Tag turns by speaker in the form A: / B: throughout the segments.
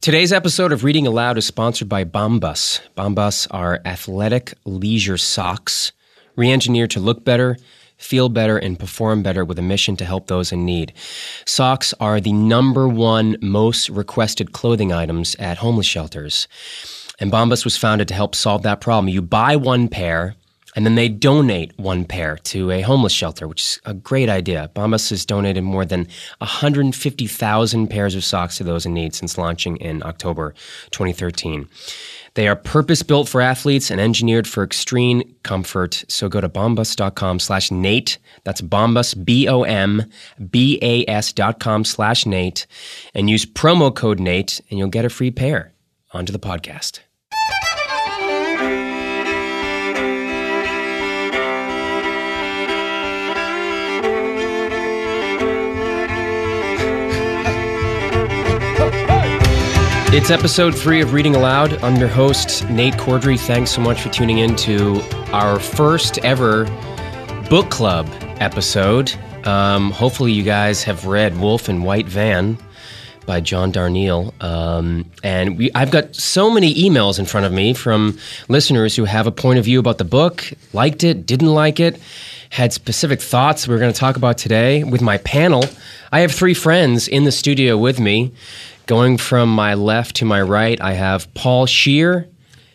A: Today's episode of Reading Aloud is sponsored by Bombas. Bombas are athletic leisure socks, re engineered to look better, feel better, and perform better with a mission to help those in need. Socks are the number one most requested clothing items at homeless shelters. And Bombas was founded to help solve that problem. You buy one pair, and then they donate one pair to a homeless shelter, which is a great idea. Bombas has donated more than 150,000 pairs of socks to those in need since launching in October 2013. They are purpose built for athletes and engineered for extreme comfort. So go to bombas.com slash Nate. That's bombas, B O M B A S dot com slash Nate. And use promo code Nate, and you'll get a free pair. Onto the podcast. It's episode three of Reading Aloud. I'm your host, Nate Cordry. Thanks so much for tuning in to our first ever book club episode. Um, hopefully, you guys have read Wolf and White Van by John Darnielle. Um, and we, I've got so many emails in front of me from listeners who have a point of view about the book, liked it, didn't like it, had specific thoughts we are going to talk about today with my panel. I have three friends in the studio with me. Going from my left to my right, I have Paul Shear,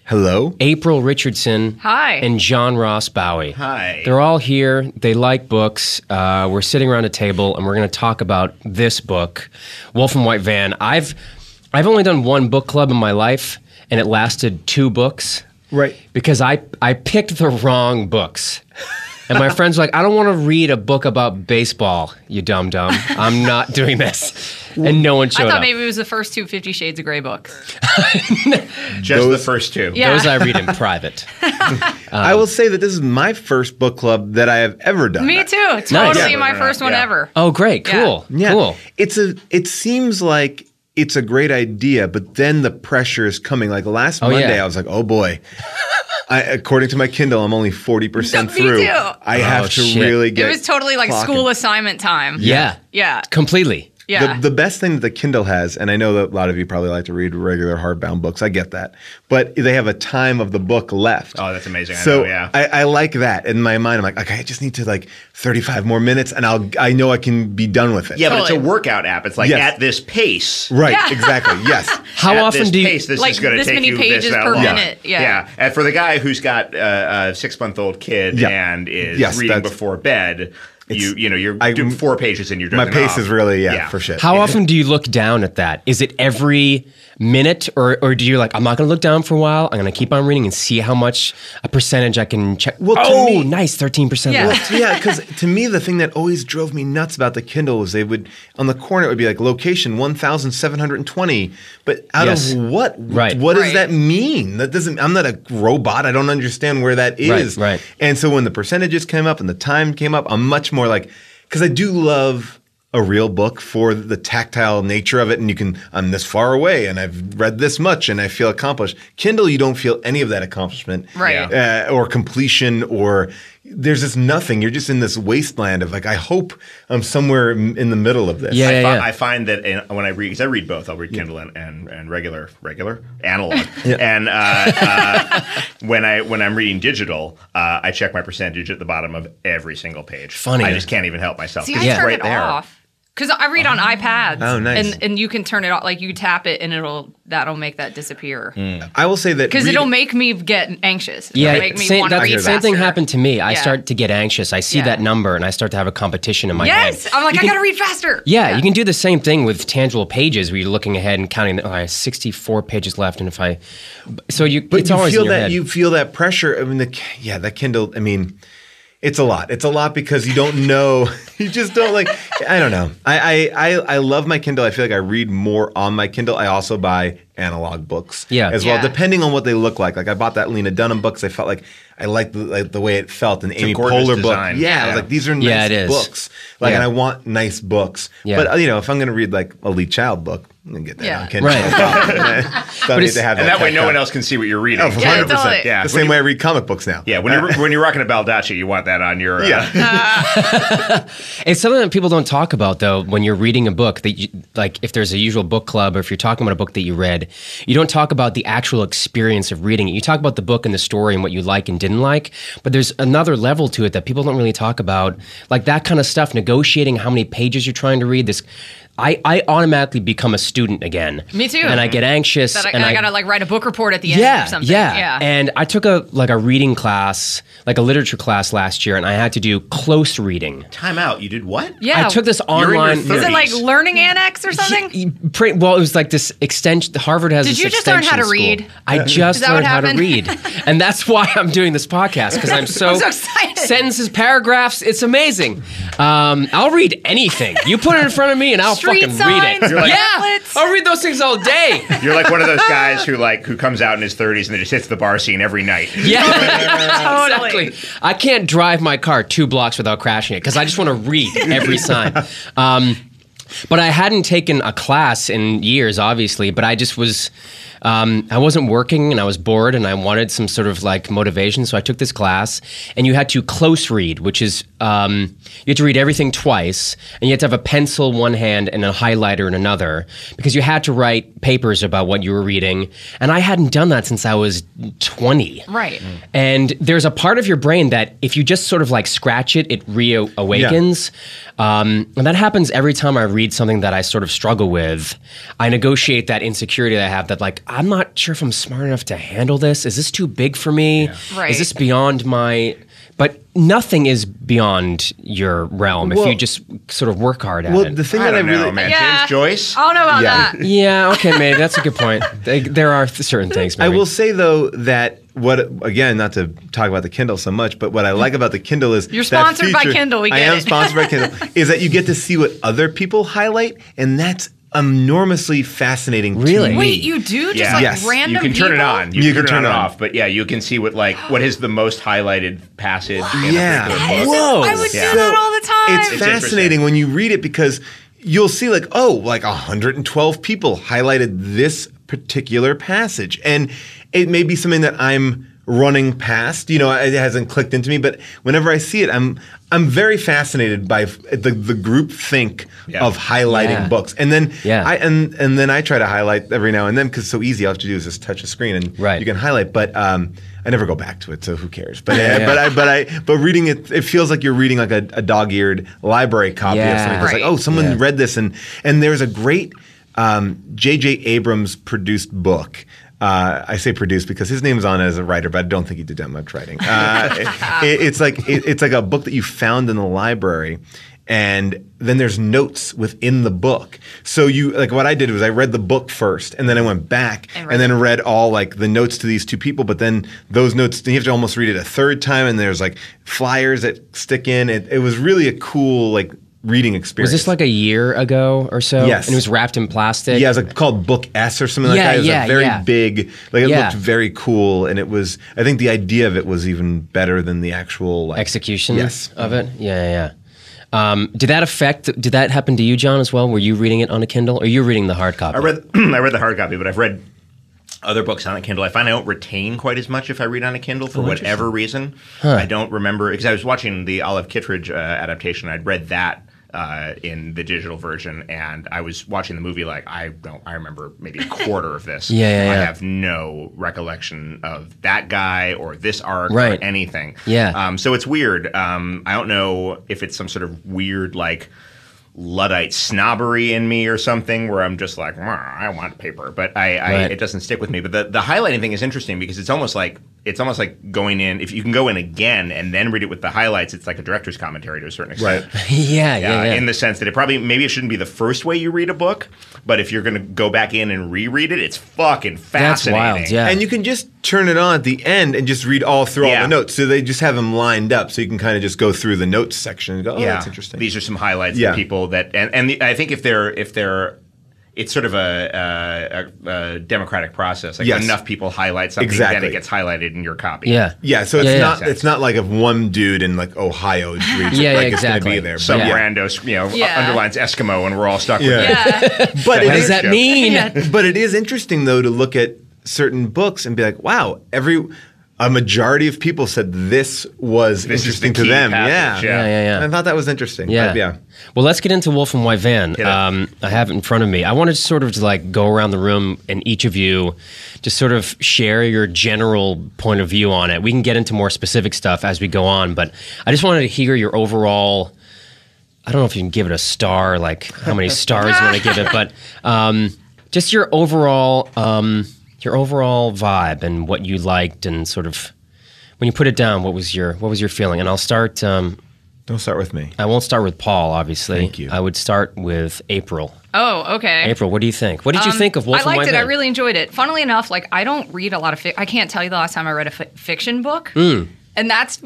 B: Hello.
A: April Richardson,
C: Hi.
A: and John Ross Bowie.
B: Hi.
A: They're all here. They like books. Uh, we're sitting around a table, and we're going to talk about this book, Wolf and White Van. I've I've only done one book club in my life, and it lasted two books.
B: Right.
A: Because I I picked the wrong books. And my friends were like, I don't want to read a book about baseball, you dumb dumb. I'm not doing this. And no one
C: I
A: showed
C: thought
A: up.
C: maybe it was the first two Fifty Shades of Grey books.
D: Just the first two.
C: Yeah.
A: Those I read in private. Um,
B: I will say that this is my first book club that I have ever done.
C: Me too. Totally
A: Yeah.
C: my first one
D: Yeah.
C: ever.
A: Oh, great.
C: Yeah.
A: Cool.
B: Yeah.
A: Cool.
B: It's a it seems like it's a great idea, but then the pressure is coming. Like last
A: Oh, yeah.
B: Monday, I was like, "Oh boy!" I, according to my Kindle, I'm only forty percent
C: Me
B: through.
C: too.
B: I
A: Oh,
B: have to
A: shit.
B: really
C: It
B: get.
C: was totally like
B: clocking.
C: school assignment time.
A: Yeah.
C: Yeah.
A: Completely.
C: Yeah.
B: The, the best thing that the Kindle has, and I know that a lot of you probably like to read regular hardbound books. I get that, but they have a time of the book left.
D: Oh, that's amazing. I
B: So
D: know, yeah.
B: I, I like that in my mind. I'm like, okay, I just need to like 35 more minutes, and I'll I know I can be done with it.
D: yeah, but it's a
C: Totally.
D: workout app. It's like
B: Yes.
D: at this pace.
B: Right. Exactly. Yes.
A: How
D: at
A: often
D: this
A: do you
D: pace, this
C: Like
D: is going to
C: this
D: take
C: many
D: you
C: pages
D: this that
C: per
D: long.
C: minute, yeah.
D: And for the guy who's got uh, a six-month-old kid
B: Yeah.
D: and is
B: Yes,
D: reading
B: that's-
D: before bed, you you know you're
B: I-
D: doing four pages and you're
B: My
D: dozing
B: pace
D: off.
B: is really yeah, for shit.
A: How often do you look down at that? Is it every minute, or or do you like? I'm not going to look down for a while. I'm going to keep on reading and see how much a percentage I can check.
B: Well, to
A: oh,
B: me-
A: nice, thirteen percent.
C: Yeah.
B: Well, t- yeah, because to me the thing that always drove me nuts about the Kindle was they would on the corner it would be like location one thousand seven hundred and twenty, but out
A: Yes.
B: of what?
A: Right.
B: What does
C: Right.
B: that mean? That doesn't. I'm not a robot. I don't understand where that
A: Right,
B: is.
A: right.
B: And so when the percentages came up and the time came up, I'm much more like because I do love. A real book for the tactile nature of it, and you can. I'm this far away, and I've read this much, and I feel accomplished. Kindle, you don't feel any of that accomplishment,
C: Right.
B: Uh, uh, or completion or there's just nothing. You're just in this wasteland of like, I hope I'm somewhere m- in the middle of this.
A: Yeah,
D: I,
A: yeah,
D: fi-
A: yeah.
D: I find that in, when I read, because I read both, I'll read Kindle and, and, and regular, regular, analog. And uh, uh, when I when I'm reading digital, uh, I check my percentage at the bottom of every single page.
A: Funny.
D: I just can't even help myself.
C: See,
D: 'cause
C: I
D: it's
C: turn
D: right
C: it
D: there.
C: off because I read on iPads.
B: Oh, nice.
C: And and you can turn it off. Like you tap it and it'll that'll make that disappear because
B: I will say that Mm. read-
C: it'll make me get anxious. It'll
A: Yeah,
C: Make me
A: same,
C: want to
A: that's-
C: read
A: same thing
C: faster.
A: happened to me. I
C: Yeah.
A: start to get anxious. I see
C: Yeah.
A: that number and I start to have a competition in my head.
C: Yes. I'm like
A: You
C: I
A: can-
C: gotta read faster.
A: Yeah, you can do the same thing with tangible pages where you're looking ahead and counting. Oh, I have 64 pages left, and if I, so you,
B: but
A: it's
B: you
A: always in
B: feel
A: your
B: that
A: head.
B: you feel that pressure. I mean, the, yeah, that Kindle. I mean, it's a lot. It's a lot because you don't know. You just don't like. I don't know. I, I I I love my Kindle. I feel like I read more on my Kindle. I also buy analog books.
A: Yeah.
B: as well,
C: Yeah.
B: depending on what they look like. Like I bought that Lena Dunham book 'cause I felt like I liked the, like the way it felt. And Amy
D: gorgeous
B: Poehler book. Yeah, I
D: design.
B: was
D: Yeah.
B: like these are nice
A: Yeah, it is.
B: books. Like,
A: Yeah.
B: and I want nice books.
A: Yeah.
B: But you know, if I'm gonna read like a Lee Child book. and get that
C: Yeah.
B: on Kindle.
A: Right.
B: Right. Don't need
A: it's-
B: to have
D: And that way, no
B: tactile.
D: one else can see what you're reading.
B: Oh,
D: yeah.
C: Yeah,
B: 100%.
C: it's all it-
B: The same way I read comic books now.
D: Yeah, when you're when you're rocking a baldachi, you want that on your uh,
B: Yeah.
A: It's something that people don't talk about though. When you're reading a book, that you, like if there's a usual book club, or if you're talking about a book that you read, you don't talk about the actual experience of reading it. You talk about the book and the story and what you like and didn't like. But there's another level to it that people don't really talk about, like that kind of stuff. Negotiating how many pages you're trying to read. This, I, I automatically become a student again.
C: Me too.
A: And I get anxious.
C: That I,
A: and
C: I gotta like write a book report at the end
A: yeah,
C: or something.
A: Yeah.
C: yeah.
A: And I took a like a reading class, like a literature class last year, and I had to do close reading.
D: time out. You did what?
C: Yeah.
A: I took this
D: in your
A: online.
C: Is it like
D: 30s.
C: learning annex or something?
A: Y- pre- well, it was like this extension. Harvard has.
C: Did
A: this
C: you just learn how
A: extension
C: to
A: school.
C: read?
A: I just
C: that what
A: learned how to
C: happened?
A: read, and that's why I'm doing this podcast because I'm so,
C: I'm so excited.
A: Sentences, paragraphs, it's amazing. Um, I'll read anything you put it in front of me, and I'll
C: Street
A: fucking
C: signs,
A: read it.
C: You're like-
A: yeah,
C: pamphlets.
A: I'll read those things all day.
D: You're like one of those guys who like who comes out in his 30s and they just hits the bar scene every night.
C: Oh,
A: Yeah,
C: Totally.
A: exactly. I can't drive my car two blocks without crashing it because I just want to read every sign. Um, but I hadn't taken a class in years, obviously. But I just was, um, I wasn't working and I was bored and I wanted some sort of like motivation. So I took this class, and you had to close read, which is um, you had to read everything twice, and you had to have a pencil in one hand and a highlighter in another because you had to write papers about what you were reading. And I hadn't done that since I was twenty.
C: Right.
A: And there's a part of your brain that if you just sort of like scratch it, it reawakens. Um, and that happens every time I read something that I sort of struggle with. I negotiate that insecurity that I have that, like, I'm not sure if I'm smart enough to handle this. Is this too big for me?
C: Right.
A: Is this beyond my. But nothing is beyond your realm if you
B: Well-
A: just sort of work hard at
B: Well,
A: it.
B: the thing
D: I
B: that I
D: don't know,
B: really
D: man.
C: Yeah.
D: James Joyce.
C: I don't know about
B: Yeah.
C: that.
A: yeah, okay, maybe that's a good point. They- There are th- certain things.
B: I
A: maybe.
B: will say though that what again not to talk about the Kindle so much, but what I like about the Kindle is
C: You're
B: that
C: sponsored by
B: feature-
C: Kindle, we
B: I
C: get
B: am
C: it.
B: sponsored by Kindle. Is that you get to see what other people highlight, and that's enormously fascinating. to
A: Really?
B: me.
C: Wait, you do just
D: Yeah.
C: like
B: Yes.
C: random
D: you can turn it
C: people?
D: on. You,
B: You
D: can,
B: can
D: turn
B: turn
D: it
B: it on.
D: off. But yeah, you can see what like what is the most highlighted passage. In
B: Yeah.
D: a particular book.
A: Whoa.
C: I would
D: Yeah.
C: do that all the time.
B: It's fascinating when you read it because you'll see like, oh, like 112 people highlighted this particular passage. And it may be something that I'm running past, you know, it hasn't clicked into me, but whenever I see it, I'm I'm very fascinated by f- the the group think
D: Yeah.
B: of highlighting
A: Yeah.
B: books. And then
A: Yeah.
B: I and and then I try to highlight every now and then cuz it's so easy all I have to do is just touch a screen and
A: Right.
B: you can highlight, but um I never go back to it, so who cares? But uh, but I but I but reading it, it feels like you're reading like a, a dog-eared library copy of
A: Yeah.
B: something. It's like,
C: Right.
B: oh, someone
A: Yeah.
B: read this, and and there's a great um, J.J. Abrams produced book. Uh, I say produced because his name's on it as a writer, but I don't think he did that much writing. Uh, it- it's like it- it's like a book that you found in the library. And then there's notes within the book. So you like what I did was I read the book first, and then I went back
C: And
B: and,
C: read
B: then and read all like the notes to these two people, but then those notes you have to almost read it a third time, and there's like flyers that stick in. It, it was really a cool like reading experience.
A: Was this like a year ago or so?
B: Yes.
A: And it was wrapped in plastic?
B: yeah, it was like called Book S or
A: Yeah,
B: something like that. It was
A: yeah,
B: a very
A: yeah.
B: big, like it
A: Yeah.
B: looked very cool, and it was. I think the idea of it was even better than the actual like,
A: execution
B: Yes.
A: of it. Yeah, yeah. yeah. Um, did that affect? Did that happen to you, John, as well? Were you reading it on a Kindle, or you reading the hard copy?
D: I read I read the hard copy, but I've read other books on a Kindle. I find I don't retain quite as much if I read on a Kindle
A: Oh,
D: for whatever reason. I don't remember because I was watching the Olive Kittredge uh, adaptation. I'd read that. Uh, in the digital version, and I was watching the movie like I don't. I remember maybe a quarter of this.
A: Yeah, yeah,
D: I
A: yeah.
D: have no recollection of that guy or this arc
A: Right.
D: or anything.
A: Yeah.
D: Um, so it's weird. Um, I don't know if it's some sort of weird like luddite snobbery in me or something where i'm just like "Meh, i want paper but i, I
A: Right.
D: it doesn't stick with me but the, the highlighting thing is interesting because it's almost like it's almost like going in if you can go in again and then read it with the highlights it's like a director's commentary to a certain extent
B: Right.
A: yeah, yeah,
D: Uh,
A: yeah.
D: in the sense that it probably maybe it shouldn't be the first way you read a book but if you're going to go back in and reread it it's fucking
A: That's
D: fascinating
A: wild. Yeah,
B: And you can just turn it on at the end and just read all through
D: Yeah.
B: all the notes. So they just have them lined up, so you can kind of just go through the notes
D: Oh,
B: section and go, "Oh, that's interesting."
D: These are some highlights
B: Yeah.
D: of people that, and and the, I think if they're if they're it's sort of a, a, a, a democratic process. Like
B: Yes.
D: when enough people highlight something, then
B: Exactly.
D: it gets highlighted in your copy.
A: Yeah.
B: Yeah, so it's
A: yeah.
B: not it's not like if one dude in like Ohio reads it,
A: Yeah, yeah,
B: like it's
A: exactly.
B: gonna be there.
D: Some
A: Yeah.
D: randos, you know,
C: Yeah.
D: underlines Eskimo, and we're all stuck with
B: Yeah.
D: it.
C: Yeah.
B: But
A: What
B: it
A: does
B: is
A: that
D: Yeah.
A: mean?
C: Yeah.
B: but it is interesting though to look at certain books and be like, wow, every a majority of people said this was
D: This is
B: interesting
D: the
B: to
D: key
B: them. yeah.
D: passage, yeah.
A: Yeah, yeah, yeah.
B: I thought that was interesting.
A: Yeah.
B: But yeah.
A: Well, let's get into Wolf and White Van.
D: it.
A: Um, I have it in front of me. I wanted to sort of like go around the room and each of you just sort of share your general point of view on it. We can get into more specific stuff as we go on, but I just wanted to hear your overall. I don't know if you can give it a star, like how many stars you want to give it, but um, just your overall um, your overall vibe and what you liked and sort of when you put it down, what was your what was your feeling? And I'll start. Um,
B: Don't start with me.
A: I won't start with Paul, obviously.
B: Thank you.
A: I would start with April.
C: Oh, okay.
A: April, what do you think? What did you
C: Um,
A: think of Wolf
C: I liked
A: and White
C: it. I
A: Men?
C: really enjoyed it. Funnily enough, like I don't read a lot of. Fi- I can't tell you the last time I read a fi- fiction book, and that's.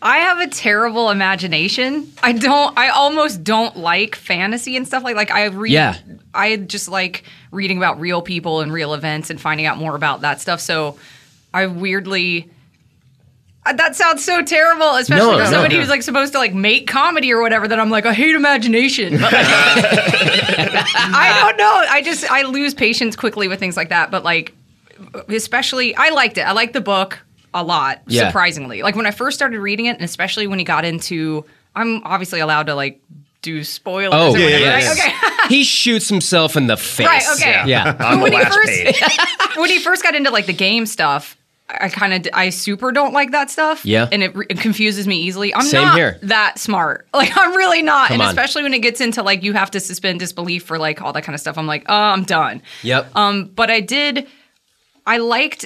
C: I have a terrible imagination. I don't. I almost don't like fantasy and stuff like like I read.
A: Yeah.
C: I just like reading about real people and real events and finding out more about that stuff. So, I weirdly. Uh, That sounds so terrible,
A: No,
C: especially for
A: no,
C: somebody
A: no.
C: who's like supposed to like make comedy or whatever. That I'm like, I hate imagination. I don't know. I just I lose patience quickly with things like that. But like, especially I liked it. I liked the book a lot.
A: Yeah.
C: Surprisingly, like when I first started reading it, and especially when he got into, I'm obviously allowed to like do spoilers.
A: Oh,
C: or
A: yeah,
C: whatever,
B: yeah,
C: right?
B: yeah.
C: Okay.
A: he shoots himself in the face.
C: Right, okay.
A: Yeah.
D: On the
C: When he
D: last
C: first-
D: page.
C: when he first got into like the game stuff, I I kind of I super don't like that stuff.
A: Yeah.
C: and it, re- it confuses me easily. I'm
A: Same
C: not
A: here.
C: that smart. Like I'm really not, and
A: on.
C: especially when it gets into like you have to suspend disbelief for like all that kind of stuff. I'm like, oh, I'm done.
A: Yep.
C: Um, but I did. I liked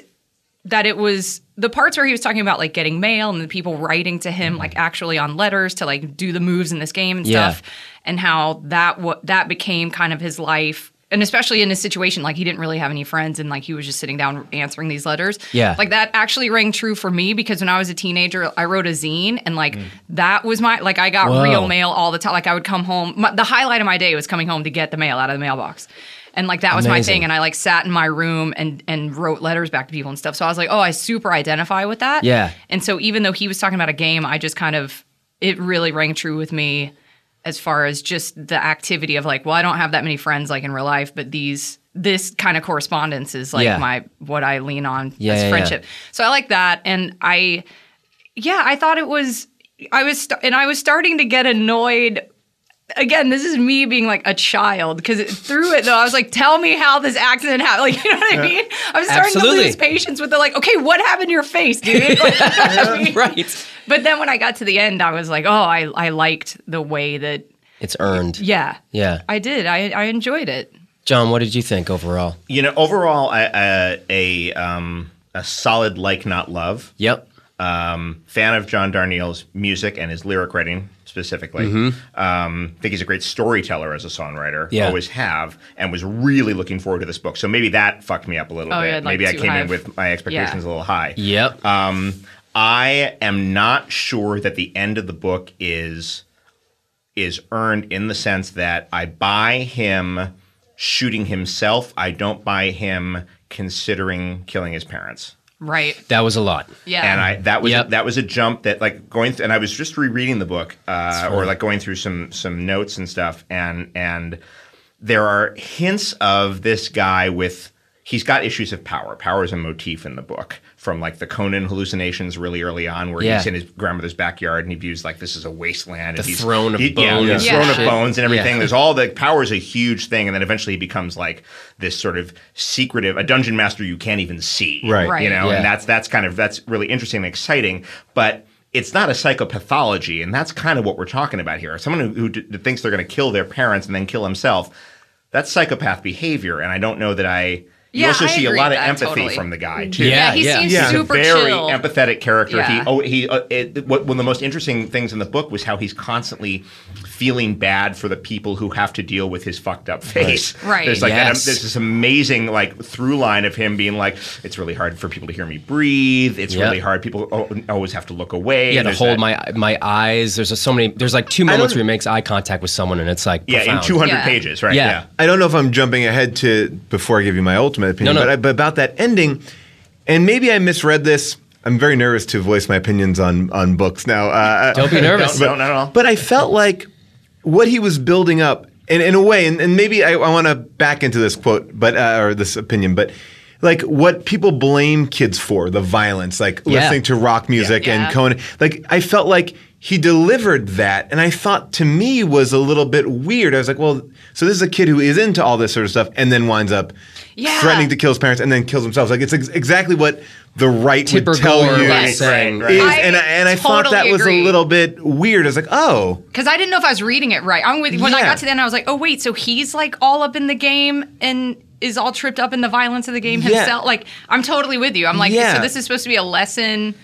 C: that it was the parts where he was talking about like getting mail and the people writing to him like actually on letters to like do the moves in this game and
A: Mm-hmm. Yeah.
C: stuff and how that what that became kind of his life and especially in a situation like he didn't really have any friends and like he was just sitting down answering these letters
A: Yeah.
C: like that actually rang true for me because when i was a teenager i wrote a zine and like that was my like i got
A: Mm. Whoa.
C: real mail all the time like i would come home my, the highlight of my day was coming home to get the mail out of the mailbox and like that was my
A: Amazing.
C: thing and I like sat in my room and and wrote letters back to people and stuff. So I was like, oh, I super identify with that.
A: Yeah.
C: And so even though he was talking about a game, I just kind of it really rang true with me as far as just the activity of like, well, I don't have that many friends like in real life, but these this kind of correspondence is like
A: Yeah.
C: my what I lean on
A: Yeah, yeah,
C: as
A: yeah.
C: friendship. So I like that and I yeah, I thought it was I was st- and I was starting to get annoyed again, this is me being like a child because through it though, I was like, tell me how this accident happened. Like, you know what I mean? I was starting
A: Absolutely.
C: to lose patience with the like, okay, what happened to your face, dude? Like, you know what I mean?
A: Right.
C: But then when I got to the end, I was like, oh, I, I liked the way that,
A: It's earned.
C: yeah,
A: Yeah.
C: I did. I, I enjoyed it.
A: John, what did you think overall?
D: You know, overall, a, a, a, um, a solid like, not love.
A: Yep.
D: um, fan of John Darnielle's music and his lyric writing specifically. Um, think he's a great storyteller as a songwriter.
A: Yeah.
D: Always have, and was really looking forward to this book. So maybe that fucked me up a little
C: Oh,
D: bit.
C: yeah, like
D: maybe I
C: too
D: came
C: high.
D: in with my expectations
C: Yeah.
D: a little high.
A: Yep.
D: Um, I am not sure that the end of the book is is earned in the sense that I buy him shooting himself. I don't buy him considering killing his parents
C: Right.
A: that was a lot.
C: Yeah.
D: and I that was
A: Yep.
D: that was a jump that like going th- and I was just rereading the book uh, or like going through some some notes and stuff and and there are hints of this guy with he's got issues of power. Power is a motif in the book from like the Conan hallucinations really early on where
A: Yeah.
D: he's in his grandmother's backyard and he views like this is a wasteland
A: The
D: and he's
A: throne of
D: he- yeah,
A: bones
D: his
C: and
D: throne of
C: shit.
D: bones and everything.
A: Yeah.
D: There's all the power is a huge thing and then eventually he becomes like this sort of secretive a dungeon master you can't even see.
B: Right.
C: Right.
D: You know,
A: Yeah.
D: and that's that's kind of that's really interesting and exciting, but it's not a psychopathology, and that's kind of what we're talking about here. Someone who, who d- thinks they're going to kill their parents and then kill himself, that's psychopath behavior, and I don't know that I You
C: Yeah,
D: also
C: I
D: see a
C: agree
D: lot of
C: with that
D: empathy
C: totally. Mm-hmm.
D: from the guy too.
A: Yeah,
C: Yeah, he
A: yeah.
C: seems
B: Yeah.
C: super
D: He's a very
C: chill.
D: empathetic character.
C: Yeah.
D: He oh he uh, it, what, one of the most interesting things in the book was how he's constantly feeling bad for the people who have to deal with his fucked up face.
C: Right.
D: There's like that-
A: Yes.
D: there's this amazing like through line of him being like, it's really hard for people to hear me breathe. It's
A: Yeah.
D: really hard. People al- always have to look away.
A: Yeah, to
D: There's
A: hold
D: that-
A: my my eyes. There's so many. There's like two moments
D: don't-
A: where he makes eye contact with someone, and it's like
D: yeah
A: profound.
D: in 200
C: Yeah.
D: pages. Right.
A: Yeah.
B: I don't know if I'm jumping ahead to before I give you my ultimate opinion,
A: No, no.
B: But, I, but about that ending, and maybe I misread this. I'm very nervous to voice my opinions on on books now. Uh,
A: Don't be nervous.
D: Don't, don't at all.
B: But I felt like what he was building up, and in a way, and, and maybe I, I want to back into this quote, but uh, or this opinion, but like what people blame kids for, the violence, like
A: Yeah.
B: listening to rock music
C: Yeah.
B: and
C: Yeah.
B: Conan. Like I felt like he delivered that, and I thought to me was a little bit weird. I was like, well, so this is a kid who is into all this sort of stuff, and then winds up
C: Yeah.
B: threatening to kill his parents, and then kills himself. Like it's ex- exactly what the right
A: Tipper
B: would tell
A: Gore
B: you.
A: was
C: Right,
A: saying,
D: right,
B: Is,
D: right.
B: and I, and I thought
C: totally
B: that was a
C: agree.
B: little bit weird. I was like, oh,
C: because I didn't know if I was reading it right. I'm with when I
B: Yeah.
C: got to the end, I was like, oh wait, so he's like all up in the game and is all tripped up in the violence of the game
B: Yeah.
C: himself. Like I'm totally with you. I'm like,
B: Yeah.
C: so this is supposed to be a lesson.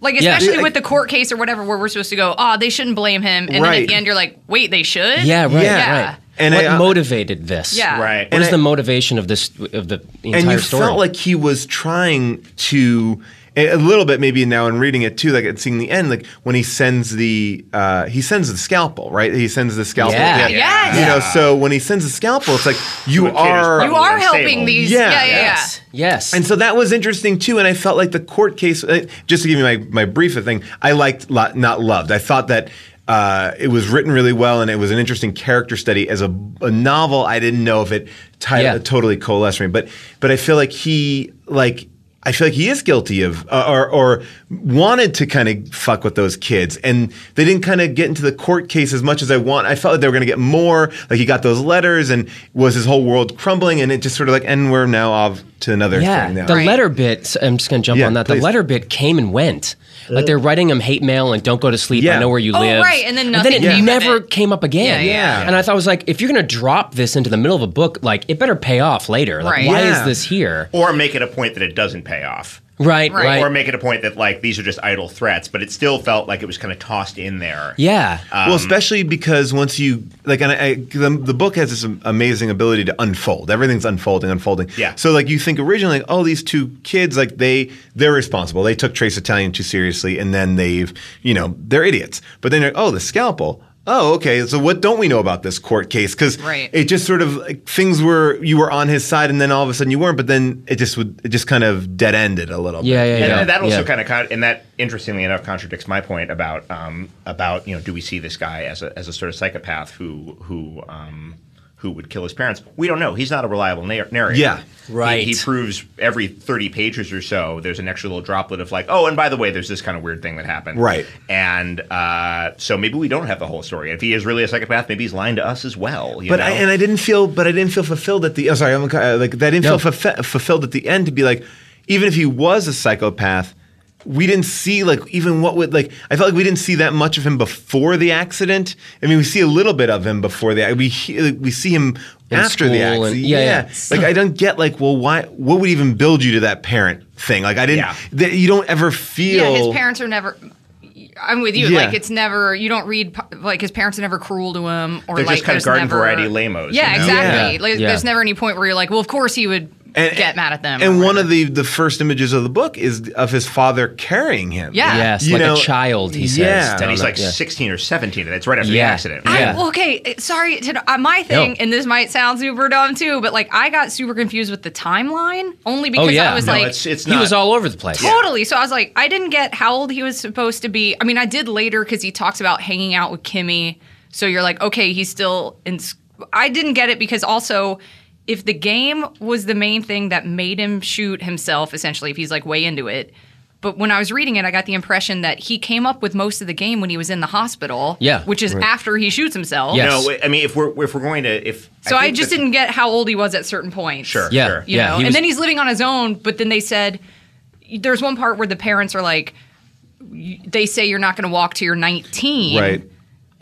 C: Like
A: Yeah.
C: especially
B: Yeah, I-
C: with the court case or whatever, where we're supposed to go, oh, they shouldn't blame him, and then
B: Right.
C: at the end you're like, wait, they should.
A: Yeah, right,
B: Yeah.
A: right.
B: And
A: what
B: I, uh,
A: motivated this?
C: Yeah.
D: Right.
A: What
B: And
A: is
B: I-
A: the motivation of this of the, the entire
B: and you
A: story?
B: felt like he was trying to a a little bit maybe now in reading it too, like at seeing the end, like when he sends the uh, he sends the scalpel, right? He sends the scalpel.
A: Yeah.
B: at the end.
C: Yes.
B: You know, so when he sends the scalpel, it's like you
D: a kid is
B: are
C: you are
D: Probably
C: helping
D: unstable.
C: these.
B: Yeah.
C: Yeah, yeah, yeah.
A: yes, yes.
B: And so that was interesting too. And I felt like the court case, uh, just to give you my, my brief thing, I liked lo- Not Loved. I thought that uh, it was written really well and it was an interesting character study. As a, a novel, I didn't know if it ti-
A: Yeah.
B: totally coalesced me. But, but I feel like he, like, I feel like he is guilty of, uh, or, or wanted to kind of fuck with those kids, and they didn't kind of get into the court case as much as I want. I felt like they were going to get more. Like he got those letters, and was his whole world crumbling, and it just sort of like, and we're now off to another
A: yeah,
B: thing now.
A: the
C: Right.
A: letter bit. so I'm just gonna jump
B: Yeah,
A: on that. The
B: please. Uh,
A: letter bit came and went. Like they're writing him hate mail and don't go to sleep. I
B: Yeah.
A: know where you
C: Oh,
A: live.
C: right, and then
A: it
C: nothing came of
A: never
C: it.
A: came up again.
C: Yeah, yeah,
B: yeah.
A: And I thought I was like, if you're gonna drop this into the middle of a book, like it better pay off later. Like
C: Right.
A: why
B: Yeah.
A: is this here?
D: Or make it a point that it doesn't pay off.
A: Right,
C: Right.
A: right.
D: or make it a point that like these are just idle threats, but it still felt like it was kind of tossed in there.
A: yeah.
B: well, especially because once you like, and I, I- the, the book has this amazing ability to unfold. Everything's unfolding, unfolding.
D: Yeah.
B: So like, you think originally, like, oh, these two kids, like they they're responsible. They took Trace Italian too seriously, and then they've, you know, they're idiots. But then you're like, oh, the scalpel. Oh, okay. So what don't we know about this court case? Because
C: Right.
B: it just sort of like, things were you were on his side, and then all of a sudden you weren't. But then it just would it just kind of dead ended a little.
A: yeah,
B: bit.
A: yeah,
D: And,
A: yeah.
D: and that also
A: yeah.
D: kind of con- and that interestingly enough contradicts my point about um, about you know do we see this guy as a as a sort of psychopath who who um, who would kill his parents? We don't know. He's not a reliable nar- narrator.
B: Yeah.
D: He-
A: Right.
D: He, proves every thirty pages or so. There's an extra little droplet of like, oh, and by the way, there's this kind of weird thing that happened.
B: Right.
D: And uh, so maybe we don't have the whole story. If he is really a psychopath, maybe he's lying to us as well. you
B: But
D: know?
B: I, and I didn't feel, but I didn't feel fulfilled at the. Oh, sorry, I'm uh, like that. I didn't
A: No.
B: feel fulfi- fulfilled at the end to be like, even if he was a psychopath, we didn't see like even what would like. I felt like we didn't see that much of him before the accident. I mean, we see a little bit of him before the. We he- like, we see him
A: In
B: after the
A: school
B: accident.
A: and- yeah,
B: yeah,
A: yeah.
B: like I don't get like, well, why? What would even build you to that parent thing? Like I didn't.
D: Yeah.
B: That you don't ever feel.
C: Yeah, his parents are never. I'm with you.
B: Yeah.
C: Like it's never. You don't read p- like his parents are never cruel to him, or
D: They're just
C: like
D: kind
C: there's
D: of garden
C: never-
D: variety lamos,
C: Yeah,
D: you know?
C: exactly.
A: Yeah.
C: Like,
A: Yeah.
C: There's never any point where you're like, well, of course he would
B: And-
C: get mad at them.
B: And
C: or
B: one of
C: whatever.
B: the the first images of the book is of his father carrying him.
C: Yeah.
A: Yes,
B: You
A: like a
B: know,
A: child, he says.
B: yeah.
A: down
D: and he's
A: that-
D: like
A: yeah.
D: 16 or 17 and that's right after
A: Yeah.
D: the accident
A: Yeah.
C: I- well, okay, eh, sorry. To, uh, my thing,
A: No.
C: and this might sound super dumb too, but like I got super confused with the timeline only because
A: Oh, yeah.
C: I was
A: No,
C: like,
D: it's, it's
A: he
D: not
A: was all over the place.
C: Totally. So I was like, I didn't get how old he was supposed to be. I mean, I did later because he talks about hanging out with Kimmy. So you're like, okay, he's still in. s- I didn't get it because also, if the game was the main thing that made him shoot himself, essentially, if he's like way into it. But when I was reading it, I got the impression that he came up with most of the game when he was in the hospital.
A: Yeah.
C: Which is after he shoots himself.
A: Yeah.
D: no i mean if we're if we're going to if
C: So I,
D: think
C: just
D: that-
C: didn't get how old he was at certain points.
D: sure
A: Yeah.
D: sure.
C: you
A: Yeah,
C: know.
A: he
C: and
A: was-
C: then he's living on his own. But then they said there's one part where the parents are like, y- they say you're not going to walk till you're 19,
B: Right.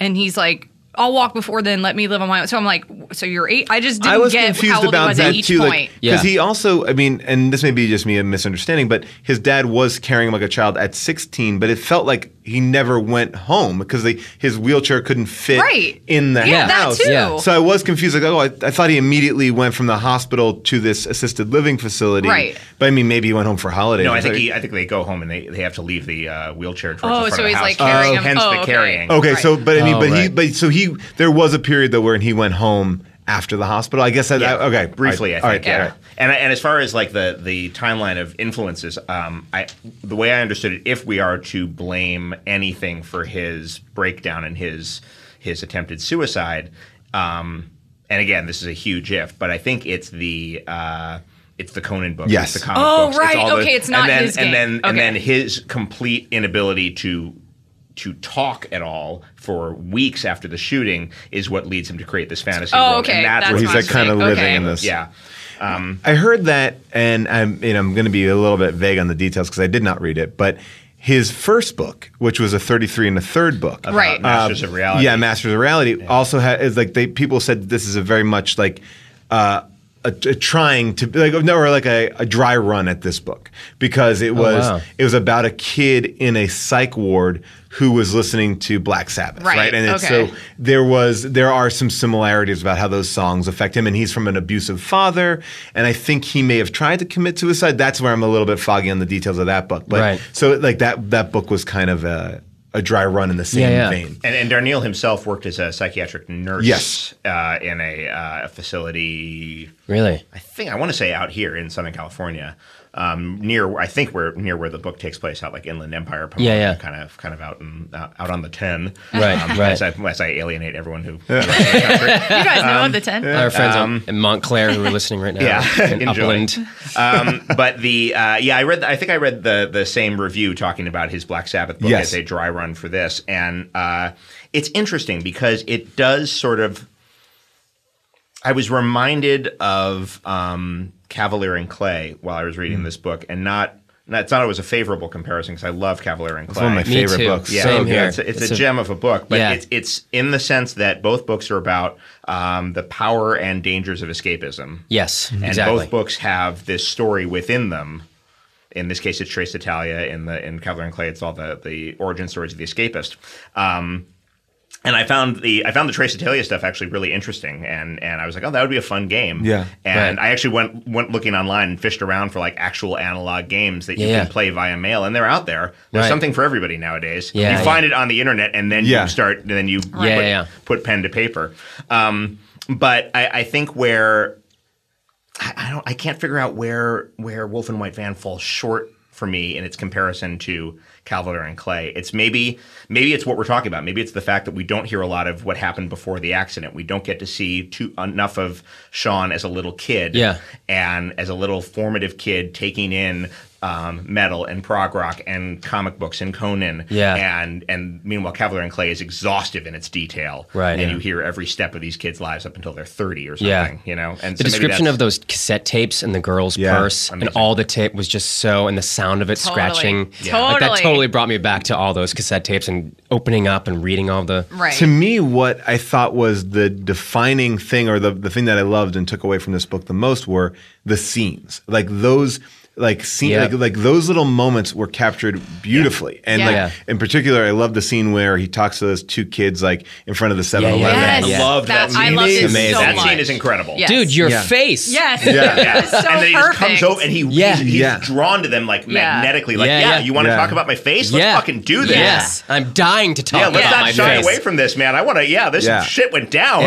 C: And he's like, I'll walk before then. Let me live on my own. So I'm like, so you're eight. I just didn't
B: I was
C: get
B: confused
C: how old he
B: about
C: was
B: that
C: at each
B: too,
C: point.
B: like because
A: Yeah.
B: he also, I mean, and this may be just me a misunderstanding, but his dad was carrying him like a child at 16, but it felt like he never went home because they, his wheelchair couldn't fit
C: Right.
B: in the
C: Yeah, that
B: house.
C: too.
A: Yeah.
B: So I was confused, like, oh, I, I thought he immediately went from the hospital to this assisted living facility,
C: Right.
B: But I mean, maybe he went home for holidays.
D: No, I
B: It's
D: think
B: like-
D: he, I think they go home and they, they have to leave the uh, wheelchair towards
C: Oh,
D: the front
C: so
D: of the
C: he's,
D: house.
C: like, carrying him.
D: hence
C: Oh,
D: the
C: okay.
D: carrying.
B: Okay,
C: Right.
B: so but I mean,
A: Oh,
B: but he,
A: right.
B: but so he, there was a period though where he went home after the hospital. I guess that,
D: Yeah.
B: okay,
D: briefly.
B: all right,
D: I
B: all
D: think.
B: right, all
D: yeah.
B: right.
D: And and as far as like the the timeline of influences, um, I the way I understood it, if we are to blame anything for his breakdown and his his attempted suicide, um, and again, this is a huge if, but I think it's the. Uh, it's the Conan books.
B: Yes.
D: It's the comic
C: Oh,
D: books.
C: right.
D: It's all
C: Okay, it's not
D: and then,
C: his game.
D: and then
C: Okay.
D: and then his complete inability to to talk at all for weeks after the shooting is what leads him to create this fantasy
C: Oh,
D: world.
C: okay,
D: And that's,
C: that's
D: what
C: what
B: He's
C: I'm
B: like kind of
C: saying.
B: living
C: Okay.
B: in this.
D: yeah.
B: I heard that, and I'm and I'm going to be a little bit vague on the details because I did not read it, but. His first book, which was a 33 and a third book,
C: Right.
D: Um, Masters of Reality.
B: Um, Yeah, Masters of Reality also had is like they people said this is a very much like uh, a, a trying to like no or like a, a dry run at this book because it was
A: wow.
B: it was about a kid in a psych ward who was listening to Black Sabbath, right?
C: Right,
B: And it's
C: okay.
B: so there was there are some similarities about how those songs affect him and he's from an abusive father and I think he may have tried to commit suicide. That's where I'm a little bit foggy on the details of that book. But
A: Right.
B: so like that that book was kind of a a dry run in the same
A: Yeah, yeah.
B: vein.
D: And, and Darnell himself worked as a psychiatric nurse
B: Yes.
D: uh, in a uh, facility,
A: Really?
D: I think, I want to say out here in Southern California, um, near, I think where near where the book takes place, out like Inland Empire, Pomona,
A: Yeah, yeah.
D: kind of kind of out, in, uh, out on the 10.
A: Right, right.
D: As I, as I alienate everyone who.
C: You guys know the ten.
A: Our friends in Montclair who are listening right now.
D: Um, Yeah.
A: in
D: Enjoy.
A: Upland.
D: um, but the uh, yeah, I read. I think I read the the same review talking about his Black Sabbath book
B: Yes.
D: as a dry run for this, and uh, it's interesting because it does sort of. I was reminded of um, Cavalier and Clay while I was reading this book, and not. not- It's not always a favorable comparison because I love Cavalier and Clay.
B: one of my
A: Me
B: favorite
A: too.
B: books.
D: Yeah,
A: Same
D: yeah,
A: here.
D: It's, a, it's,
A: It's
D: a,
A: a-
D: gem of a book, but
A: Yeah.
D: it's it's in the sense that both books are about um, the power and dangers of escapism.
A: Yes,
D: And
A: Mm-hmm. exactly.
D: both books have this story within them. In this case, it's Trace Italia. In the in Cavalier and Clay, it's all the the origin stories of the escapist. Um, and I found the I found the Trace Italia stuff actually really interesting, and and I was like, oh, that would be a fun game.
B: Yeah.
D: And
A: Right.
D: I actually went went looking online and fished around for like actual analog games that you
A: Yeah.
D: can play via mail, and they're out there. There's
A: Right.
D: something for everybody nowadays.
A: Yeah,
D: you
A: yeah.
D: find it on the internet, and then
B: Yeah.
D: you start, and then you put,
A: Yeah, yeah, yeah.
D: put pen to paper. Um, but I, I think where I don't. I can't figure out where where Wolf and White Van falls short for me in its comparison to Calvater and Clay. It's maybe maybe it's what we're talking about. Maybe it's the fact that we don't hear a lot of what happened before the accident. We don't get to see too, enough of Sean as a little kid.
A: Yeah.
D: and as a little formative kid taking in. Um, metal and prog rock and comic books and Conan
A: Yeah.
D: and and meanwhile Cavalier and Clay is exhaustive in its detail
A: Right,
D: and
A: yeah.
D: you hear every step of these kids' lives up until they're thirty or something
A: Yeah.
D: you know and
A: The
D: so maybe
A: description
D: that's-
A: of those cassette tapes and the girl's
B: Yeah.
A: purse and all the tape was just so, and the sound of it
C: Totally.
A: scratching.
C: Yeah.
A: Like that
C: Totally.
A: totally brought me back to all those cassette tapes and opening up and reading all the.
C: Right.
B: To me, what I thought was the defining thing or the, the thing that I loved and took away from this book the most were the scenes. Like those like scene
A: Yeah.
B: like, like those little moments were captured beautifully. And
C: Yeah.
B: like
A: Yeah.
B: in particular, I love the scene where he talks to those two kids like in front of the 7-Eleven.
A: Yes.
D: I
A: Yeah.
D: love that,
C: That- I
D: scene.
C: loved it
B: Amazing. so
D: that
C: much.
D: scene is incredible.
C: Yes.
A: Dude, your
B: Yeah.
A: face.
C: Yes.
B: Yeah.
C: It was so
D: and then he just
C: perfect.
D: comes over and he
A: Yeah.
D: he's, he's
B: Yeah.
D: drawn to them like
C: Yeah.
D: magnetically. Like,
A: Yeah,
D: yeah,
A: yeah.
D: you want to
B: Yeah.
D: talk about my face? Let's
A: Yeah.
D: fucking do this.
A: Yes. I'm dying to talk
D: Yeah,
A: about
D: let's
A: my
D: not shy
A: face.
D: away from this, man. I want to. Yeah, this
B: Yeah.
D: shit went down.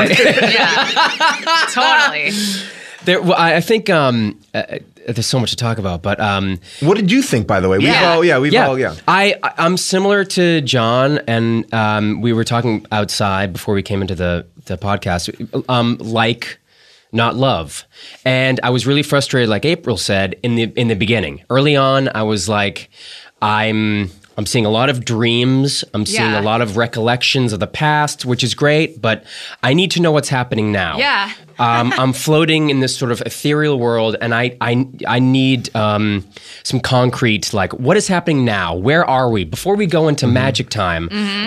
C: yeah. totally.
A: There, well, I I think um, uh, uh, there's so much to talk about, but um,
B: What did you think, by the way? We've
D: Yeah.
B: all yeah, we've
A: yeah,
B: all yeah.
A: I I- I'm similar to John, and um, we were talking outside before we came into the the podcast. Um, like. Not love, and I was really frustrated. Like April said in the in the beginning, early on, I was like, I'm I'm seeing a lot of dreams. I'm seeing
C: Yeah.
A: a lot of recollections of the past, which is great, but I need to know what's happening now.
C: Yeah.
A: um, I'm floating in this sort of ethereal world, and I I, I need um, some concrete, like what is happening now? Where are we? Before we go
C: Mm-hmm.
A: into magic time,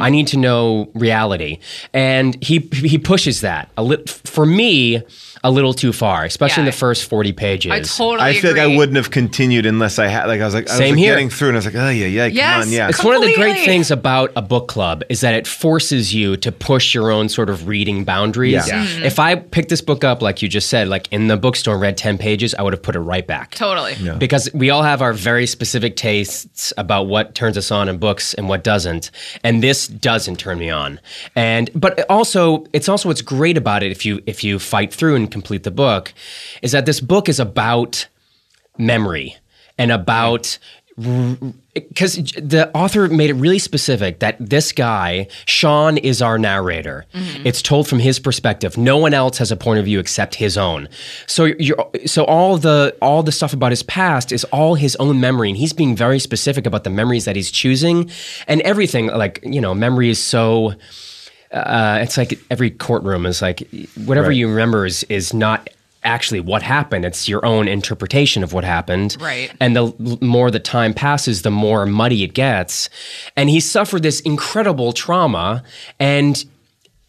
A: I need to know reality. And he he pushes that a lit for me a little too far, especially in
C: Yeah.
A: the first forty pages.
C: I totally.
B: I feel like I
C: agree.
B: wouldn't have continued unless I had like I was like I was
A: Same
B: like,
A: here.
B: getting through and I was like oh yeah yeah
C: Yes.
B: come on yeah
A: It's one of the great
C: Completely.
A: things about a book club is that it forces you to push your own sort of reading boundaries.
B: Yeah.
A: If I picked this book up, like you just said, like in the bookstore and read 10 pages, I would have put it right back.
C: Totally.
A: Because we all have our very specific tastes about what turns us on in books and what doesn't, and this doesn't turn me on. And but also, it's also what's great about it if you if you fight through and complete the book, is that this book is about memory and about because the author made it really specific that this guy Sean is our narrator. It's told from his perspective. No one else has a point of view except his own. So you're, so all the all the stuff about his past is all his own memory, and he's being very specific about the memories that he's choosing, and everything like you know memory is so uh, it's like every courtroom is like whatever
B: Right.
A: you remember is is not actually what happened it's your own interpretation of what happened
C: Right.
A: and the l- more the time passes the more muddy it gets and he suffered this incredible trauma and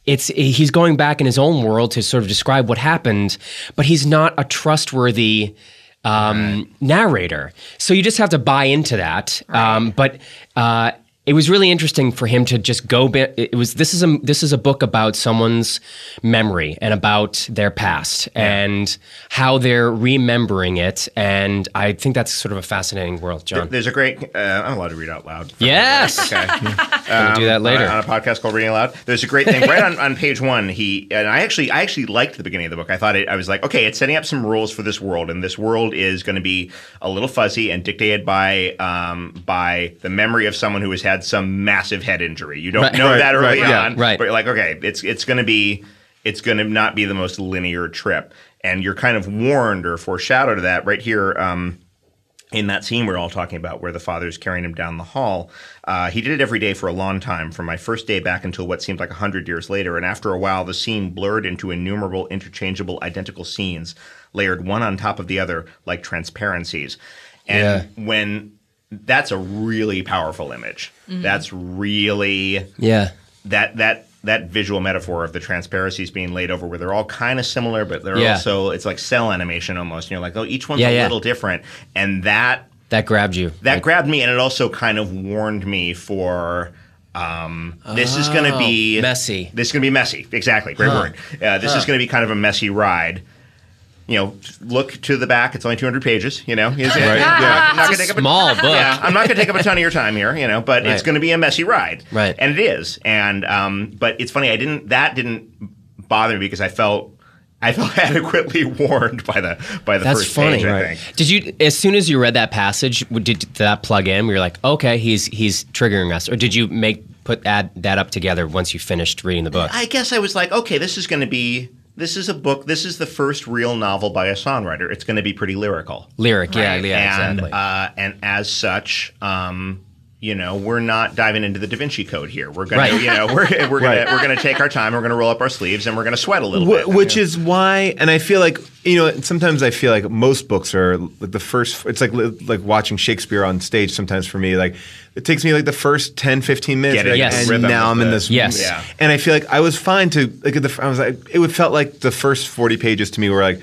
A: it's eh, he's going back in his own world to sort of describe what happened but he's not a trustworthy um, narrator. So you just have to buy into that. Um, but uh, it was really interesting for him to just go. Ba- it was this is a this is a book about someone's memory and about their past and how they're remembering it. And I think that's sort of a fascinating world, John.
D: There's a great. Uh, I'm allowed to read out loud.
A: yes,
D: Okay. Um,
A: Gonna do that later.
D: on, a podcast called Reading Aloud. There's a great thing right on, on page one. He and I actually I actually liked the beginning of the book. I thought it, I was like, okay, it's setting up some rules for this world, and this world is going to be a little fuzzy and dictated by um, by the memory of someone who has had some massive head injury. You don't
A: Right.
D: know
B: Right,
D: that
B: right,
D: early
B: yeah,
D: on,
A: right.
D: But you're like, okay, it's it's going to be it's going to not be the most linear trip, and you're kind of warned or foreshadowed of that right here. Um, in that scene we're all talking about where the father's carrying him down the hall uh, he did it every day for a long time from my first day back until what seemed like a hundred years later and after a while the scene blurred into innumerable interchangeable identical scenes layered one on top of the other like transparencies and when that's a really powerful image that's really
A: yeah.
D: that that that visual metaphor of the transparencies being laid over where they're all kind of similar but they're
A: Yeah.
D: also it's like cell animation almost and you're like oh each one's
A: Yeah,
D: a
A: yeah.
D: little different and that
A: That grabbed you.
D: that grabbed me and it also kind of warned me for um, this is going to be
A: Oh, messy.
D: This is going to be messy. Exactly. Great word. Uh, this is going to be kind of a messy ride. You know, look to the back. It's only 200 pages. You know, It's-
B: Right, yeah.
D: I'm not going to take up a
A: Small book.
D: yeah, I'm not going to take up a ton of your time here, you know, but it's
A: Right.
D: going to be a messy ride,
A: Right.
D: And it is, and um, but it's funny. I didn't that didn't bother me because I felt I felt adequately warned by the by the
A: That's
D: first
A: funny.
D: page. I
A: right.
D: think.
A: Did you, as soon as you read that passage, w- did, did that plug in? We were like, okay, he's he's triggering us, or did you make put add that up together once you finished reading the book?
D: I guess I was like, okay, this is going to be this is a book. This is the first real novel by a songwriter. It's going to be pretty lyrical.
A: Lyric, yeah,
C: Right.
A: yeah,
D: and
A: exactly.
D: uh, and as such, um, you know, we're not diving into the Da Vinci Code here. We're gonna,
A: Right.
D: you know, we're we're gonna
B: Right.
D: we're gonna take our time. We're gonna roll up our sleeves and we're gonna sweat a little
B: Wh-
D: bit.
B: which is why and I feel like you know sometimes I feel like most books are like the first it's like li- like watching Shakespeare on stage sometimes for me like it takes me like the first 10 15 minutes
D: Get it
B: like,
A: Yes.
B: and
D: rhythm
B: now
D: of
B: I'm in
D: the-
B: this
A: Yes.
D: Yeah.
B: and I feel like I was fine to like at the I was like it would felt like the first 40 pages to me were like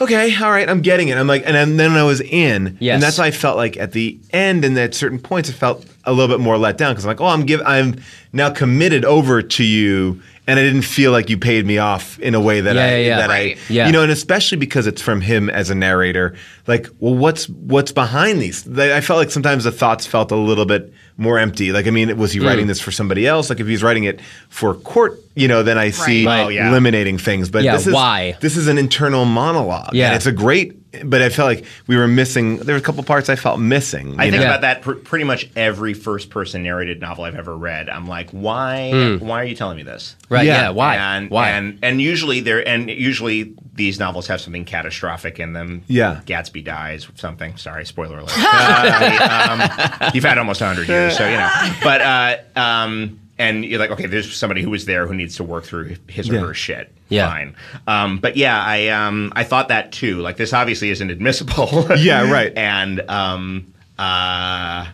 B: okay all right I'm getting it I'm like and then- then I was in
A: Yes.
B: and that's why I felt like at the end and at certain points it felt a little bit more let down because I'm like oh I'm give I'm now committed over to you and I didn't feel like you paid me off in a way that
A: Yeah,
B: I
A: yeah, yeah.
B: that
A: Right.
B: I
A: Yeah.
B: you know and especially because it's from him as a narrator like well what's what's behind these Like, I felt like sometimes the thoughts felt a little bit more empty like I mean was
A: Mm.
B: he writing this for somebody else like if he's writing it for court you know then I see
A: Right.
D: Oh, yeah.
B: eliminating things but
A: Yeah,
B: this is
A: why?
B: this is an internal monologue
A: Yeah.
B: and it's a great but I felt like we were missing. There were a couple parts I felt missing.
D: I
B: you
D: think
A: Yeah.
B: know?
D: about that pr- pretty much every first person narrated novel I've ever read. I'm like, why? Why are you telling me this?
A: Right? Yeah.
B: Yeah.
A: why?
D: And,
A: why?
D: And and usually there and usually these novels have something catastrophic in them.
B: Yeah.
D: Gatsby dies with something. Sorry, spoiler alert. Uh, um, you've had almost 100 years, so you know. But uh, um, and you're like, okay, there's somebody who was there who needs to work through his or
B: Yeah.
D: her shit.
A: Yeah.
D: Fine. Um, but yeah, I um, I thought that too. Like this obviously isn't admissible.
B: Yeah, right.
D: and um, uh,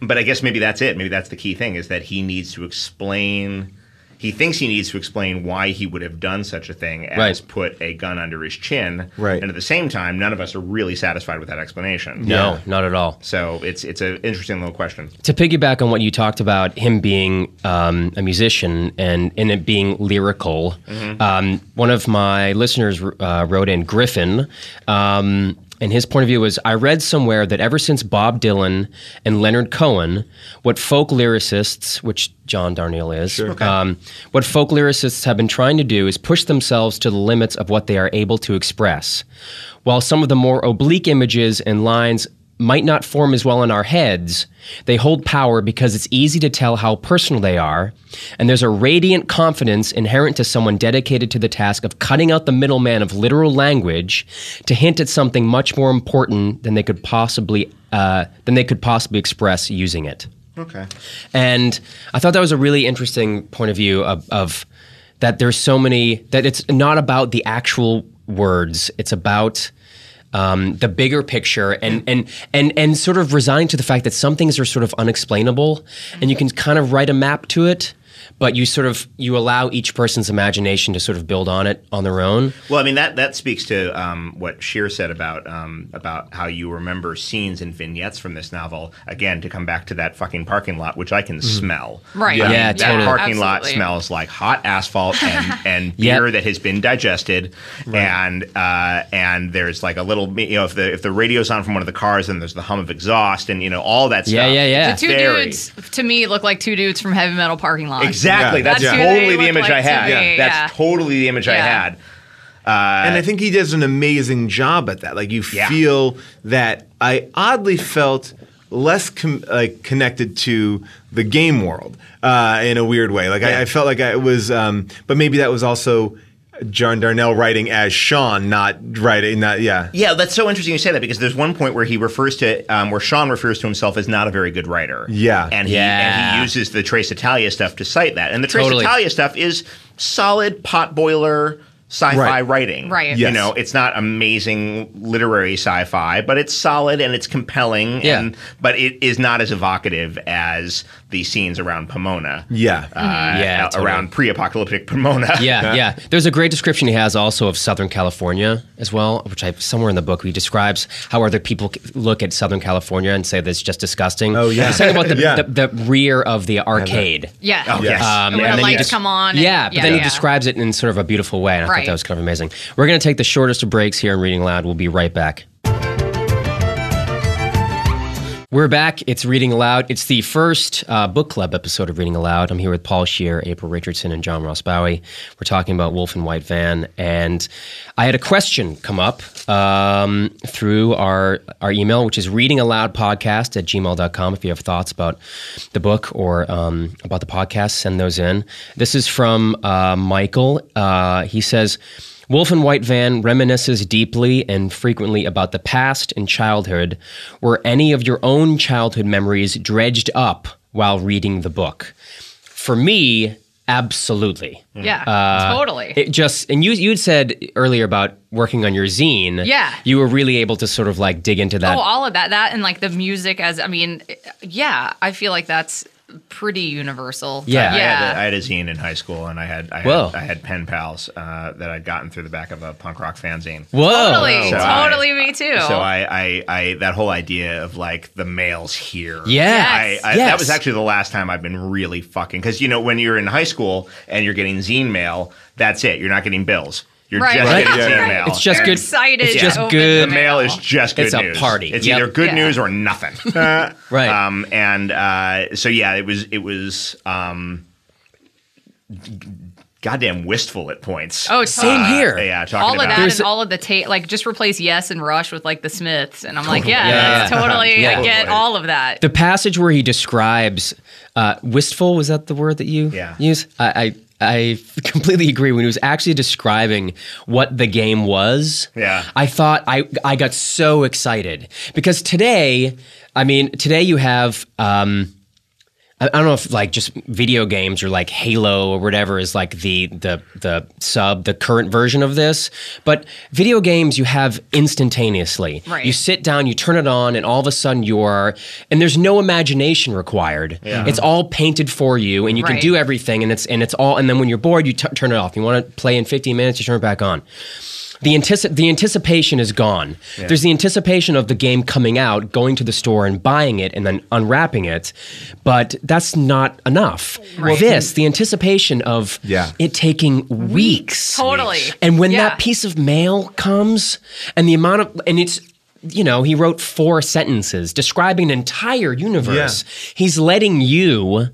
D: but I guess maybe that's it. Maybe that's the key thing is that he needs to explain. He thinks he needs to explain why he would have done such a thing as
A: Right.
D: put a gun under his chin.
B: Right.
D: And at the same time, none of us are really satisfied with that explanation.
A: no, not at all.
D: So it's it's an interesting little question.
A: to piggyback on what you talked about him being um, a musician and and it being lyrical, um, one of my listeners uh, wrote in Griffin. Um, and his point of view was I read somewhere that ever since Bob Dylan and Leonard Cohen, what folk lyricists, which John Darnielle is, um, what folk lyricists have been trying to do is push themselves to the limits of what they are able to express. While some of the more oblique images and lines might not form as well in our heads, they hold power because it's easy to tell how personal they are, and there's a radiant confidence inherent to someone dedicated to the task of cutting out the middleman of literal language to hint at something much more important than they could possibly uh, than they could possibly express using it.
D: Okay.
A: And I thought that was a really interesting point of view of, of that there's so many that it's not about the actual words. It's about um, the bigger picture and, and and and sort of resigned to the fact that some things are sort of unexplainable and
B: Mm-hmm.
A: you can kind of write a map to it, but you sort of you allow each person's imagination to sort of build on it on their own.
D: Well, I mean that that speaks to um, what Shear said about um, about how you remember scenes and vignettes from this novel. Again, to come back to that fucking parking lot, which I can smell.
C: Right.
D: I mean,
A: Mm-hmm. Yeah,
D: that
A: totally.
D: parking lot
C: Absolutely.
D: smells like hot asphalt and, and
A: Yep.
D: beer that has been digested, and uh, and there's like a little you know if the if the radio's on from one of the cars, then there's the hum of exhaust and you know all that
A: Yeah,
D: stuff.
A: yeah, yeah.
C: The two
D: Very.
C: dudes to me look like two dudes from heavy metal parking lot.
D: Exactly.
B: Yeah.
D: That's
B: That's
C: who they
D: totally the
C: look
D: image
C: like
D: I
C: to
D: had.
C: me, yeah.
D: That's totally the image I
C: Yeah.
D: had.
B: and I think he does an amazing job at that. Like you
D: Yeah.
B: feel that I oddly felt less com- like connected to the game world uh, in a weird way. Like
D: Yeah.
B: I, I felt like I was, um, but maybe that was also John Darnell writing as Sean, not writing. Not yeah.
D: Yeah, that's so interesting you say that because there's one point where he refers to, um, where Sean refers to himself as not a very good writer.
B: Yeah.
D: And he, and
A: Yeah.
D: he uses the Trace Italia stuff to cite that. And the Trace
A: Totally.
D: Italia stuff is solid potboiler sci-fi
B: Right.
D: writing.
C: Right.
D: You
B: Yes.
D: know, it's not amazing literary sci-fi, but it's solid and it's compelling
A: Yeah.
D: and but it is not as evocative as the scenes around Pomona.
B: Yeah.
D: Uh,
A: Yeah, totally.
D: around pre-apocalyptic Pomona.
A: Yeah, yeah. There's a great description he has also of Southern California as well, which I somewhere in the book he describes how other people c- look at Southern California and say that's just disgusting.
B: Oh, yeah.
A: He's talking about the,
B: Yeah.
A: the, the rear of the arcade.
C: Yeah.
D: Oh,
A: Um,
D: yes.
C: And when
D: and then
C: the
D: you
C: lights
D: just-
C: come on. and-
A: Yeah, but then he describes it in sort of a beautiful way, and I thought
C: Right.
A: that was kind of amazing. We're going to take the shortest of breaks here in Reading Loud. We'll be right back. We're back. It's Reading Aloud. It's the first uh, book club episode of Reading Aloud. I'm here with Paul Shear, April Richardson, and John Ross Bowie. We're talking about Wolf and White Van, and I had a question come up um, through our our email, which is readingaloudpodcast at gmail.com. If you have thoughts about the book or um, about the podcast, send those in. This is from uh, Michael. Uh, he says. Wolf and White Van reminisces deeply and frequently about the past and childhood. Were any of your own childhood memories dredged up while reading the book? For me, absolutely.
C: Yeah. totally.
A: It just and you you'd said earlier about working on your zine.
C: Yeah.
A: You were really able to sort of like dig into that.
C: oh, all of that. That and like the music as I mean, yeah, I feel like that's pretty universal.
A: Yeah.
D: I had, a, I
C: Yeah.
D: had a zine in high school, and I had I
A: Whoa.
D: had, I had pen pals uh, that I'd gotten through the back of a punk rock fanzine.
A: Whoa.
C: Totally,
D: So I-
C: totally me too.
D: So I, I, I, that whole idea of like the mail's here.
A: Yeah.
D: I, I,
A: Yes.
D: That was actually the last time I've been really fucking because you know when you're in high school and you're getting zine mail, that's it. You're not getting bills. You're
C: Right.
D: just
C: Right.
D: getting
B: Yeah.
D: zine
B: Right.
D: mail.
A: It's just
C: They're
A: good.
C: excited
A: It's
C: to
A: just
C: open
A: good.
D: the mail is just good
A: It's a
D: news.
A: party.
D: It's
A: Yep.
D: either good
C: Yeah.
D: news or nothing.
A: Right.
D: Um, and uh, so yeah, it was it was um, goddamn wistful at points.
C: Oh,
A: Same
D: uh,
C: totally.
A: here.
D: yeah, talking
C: All of
D: about
C: that
A: There's-
C: and all of the tape, like just replace yes and rush with like the Smiths, and I'm like, yeah,
A: Yeah,
C: that's
A: yeah.
C: totally.
A: Yeah.
C: I get all of that.
A: The passage where he describes uh, wistful was that the word that you
D: Yeah.
A: use? I, I I completely agree. When he was actually describing what the game was,
D: Yeah.
A: I thought I I got so excited because today, I mean, today you have. Um, I I don't know if like just video games or like Halo or whatever is like the the the sub the current version of this, but video games you have instantaneously.
C: Right.
A: You sit down, you turn it on, and all of a sudden you are, and there's no imagination required. It's all painted for you, and you can
C: Right.
A: do everything, and it's and it's all. And then when you're bored, you t- turn it off. You want to play in 15 minutes, you turn it back on the antici- the anticipation is gone. There's the anticipation of the game coming out, going to the store and buying it and then unwrapping it, but that's not enough. This, the anticipation of
B: Yeah.
A: it taking weeks.
C: Mm, Totally.
A: And when
C: Yeah.
A: that piece of mail comes and the amount of and it's you know, he wrote four sentences describing an entire universe. He's letting you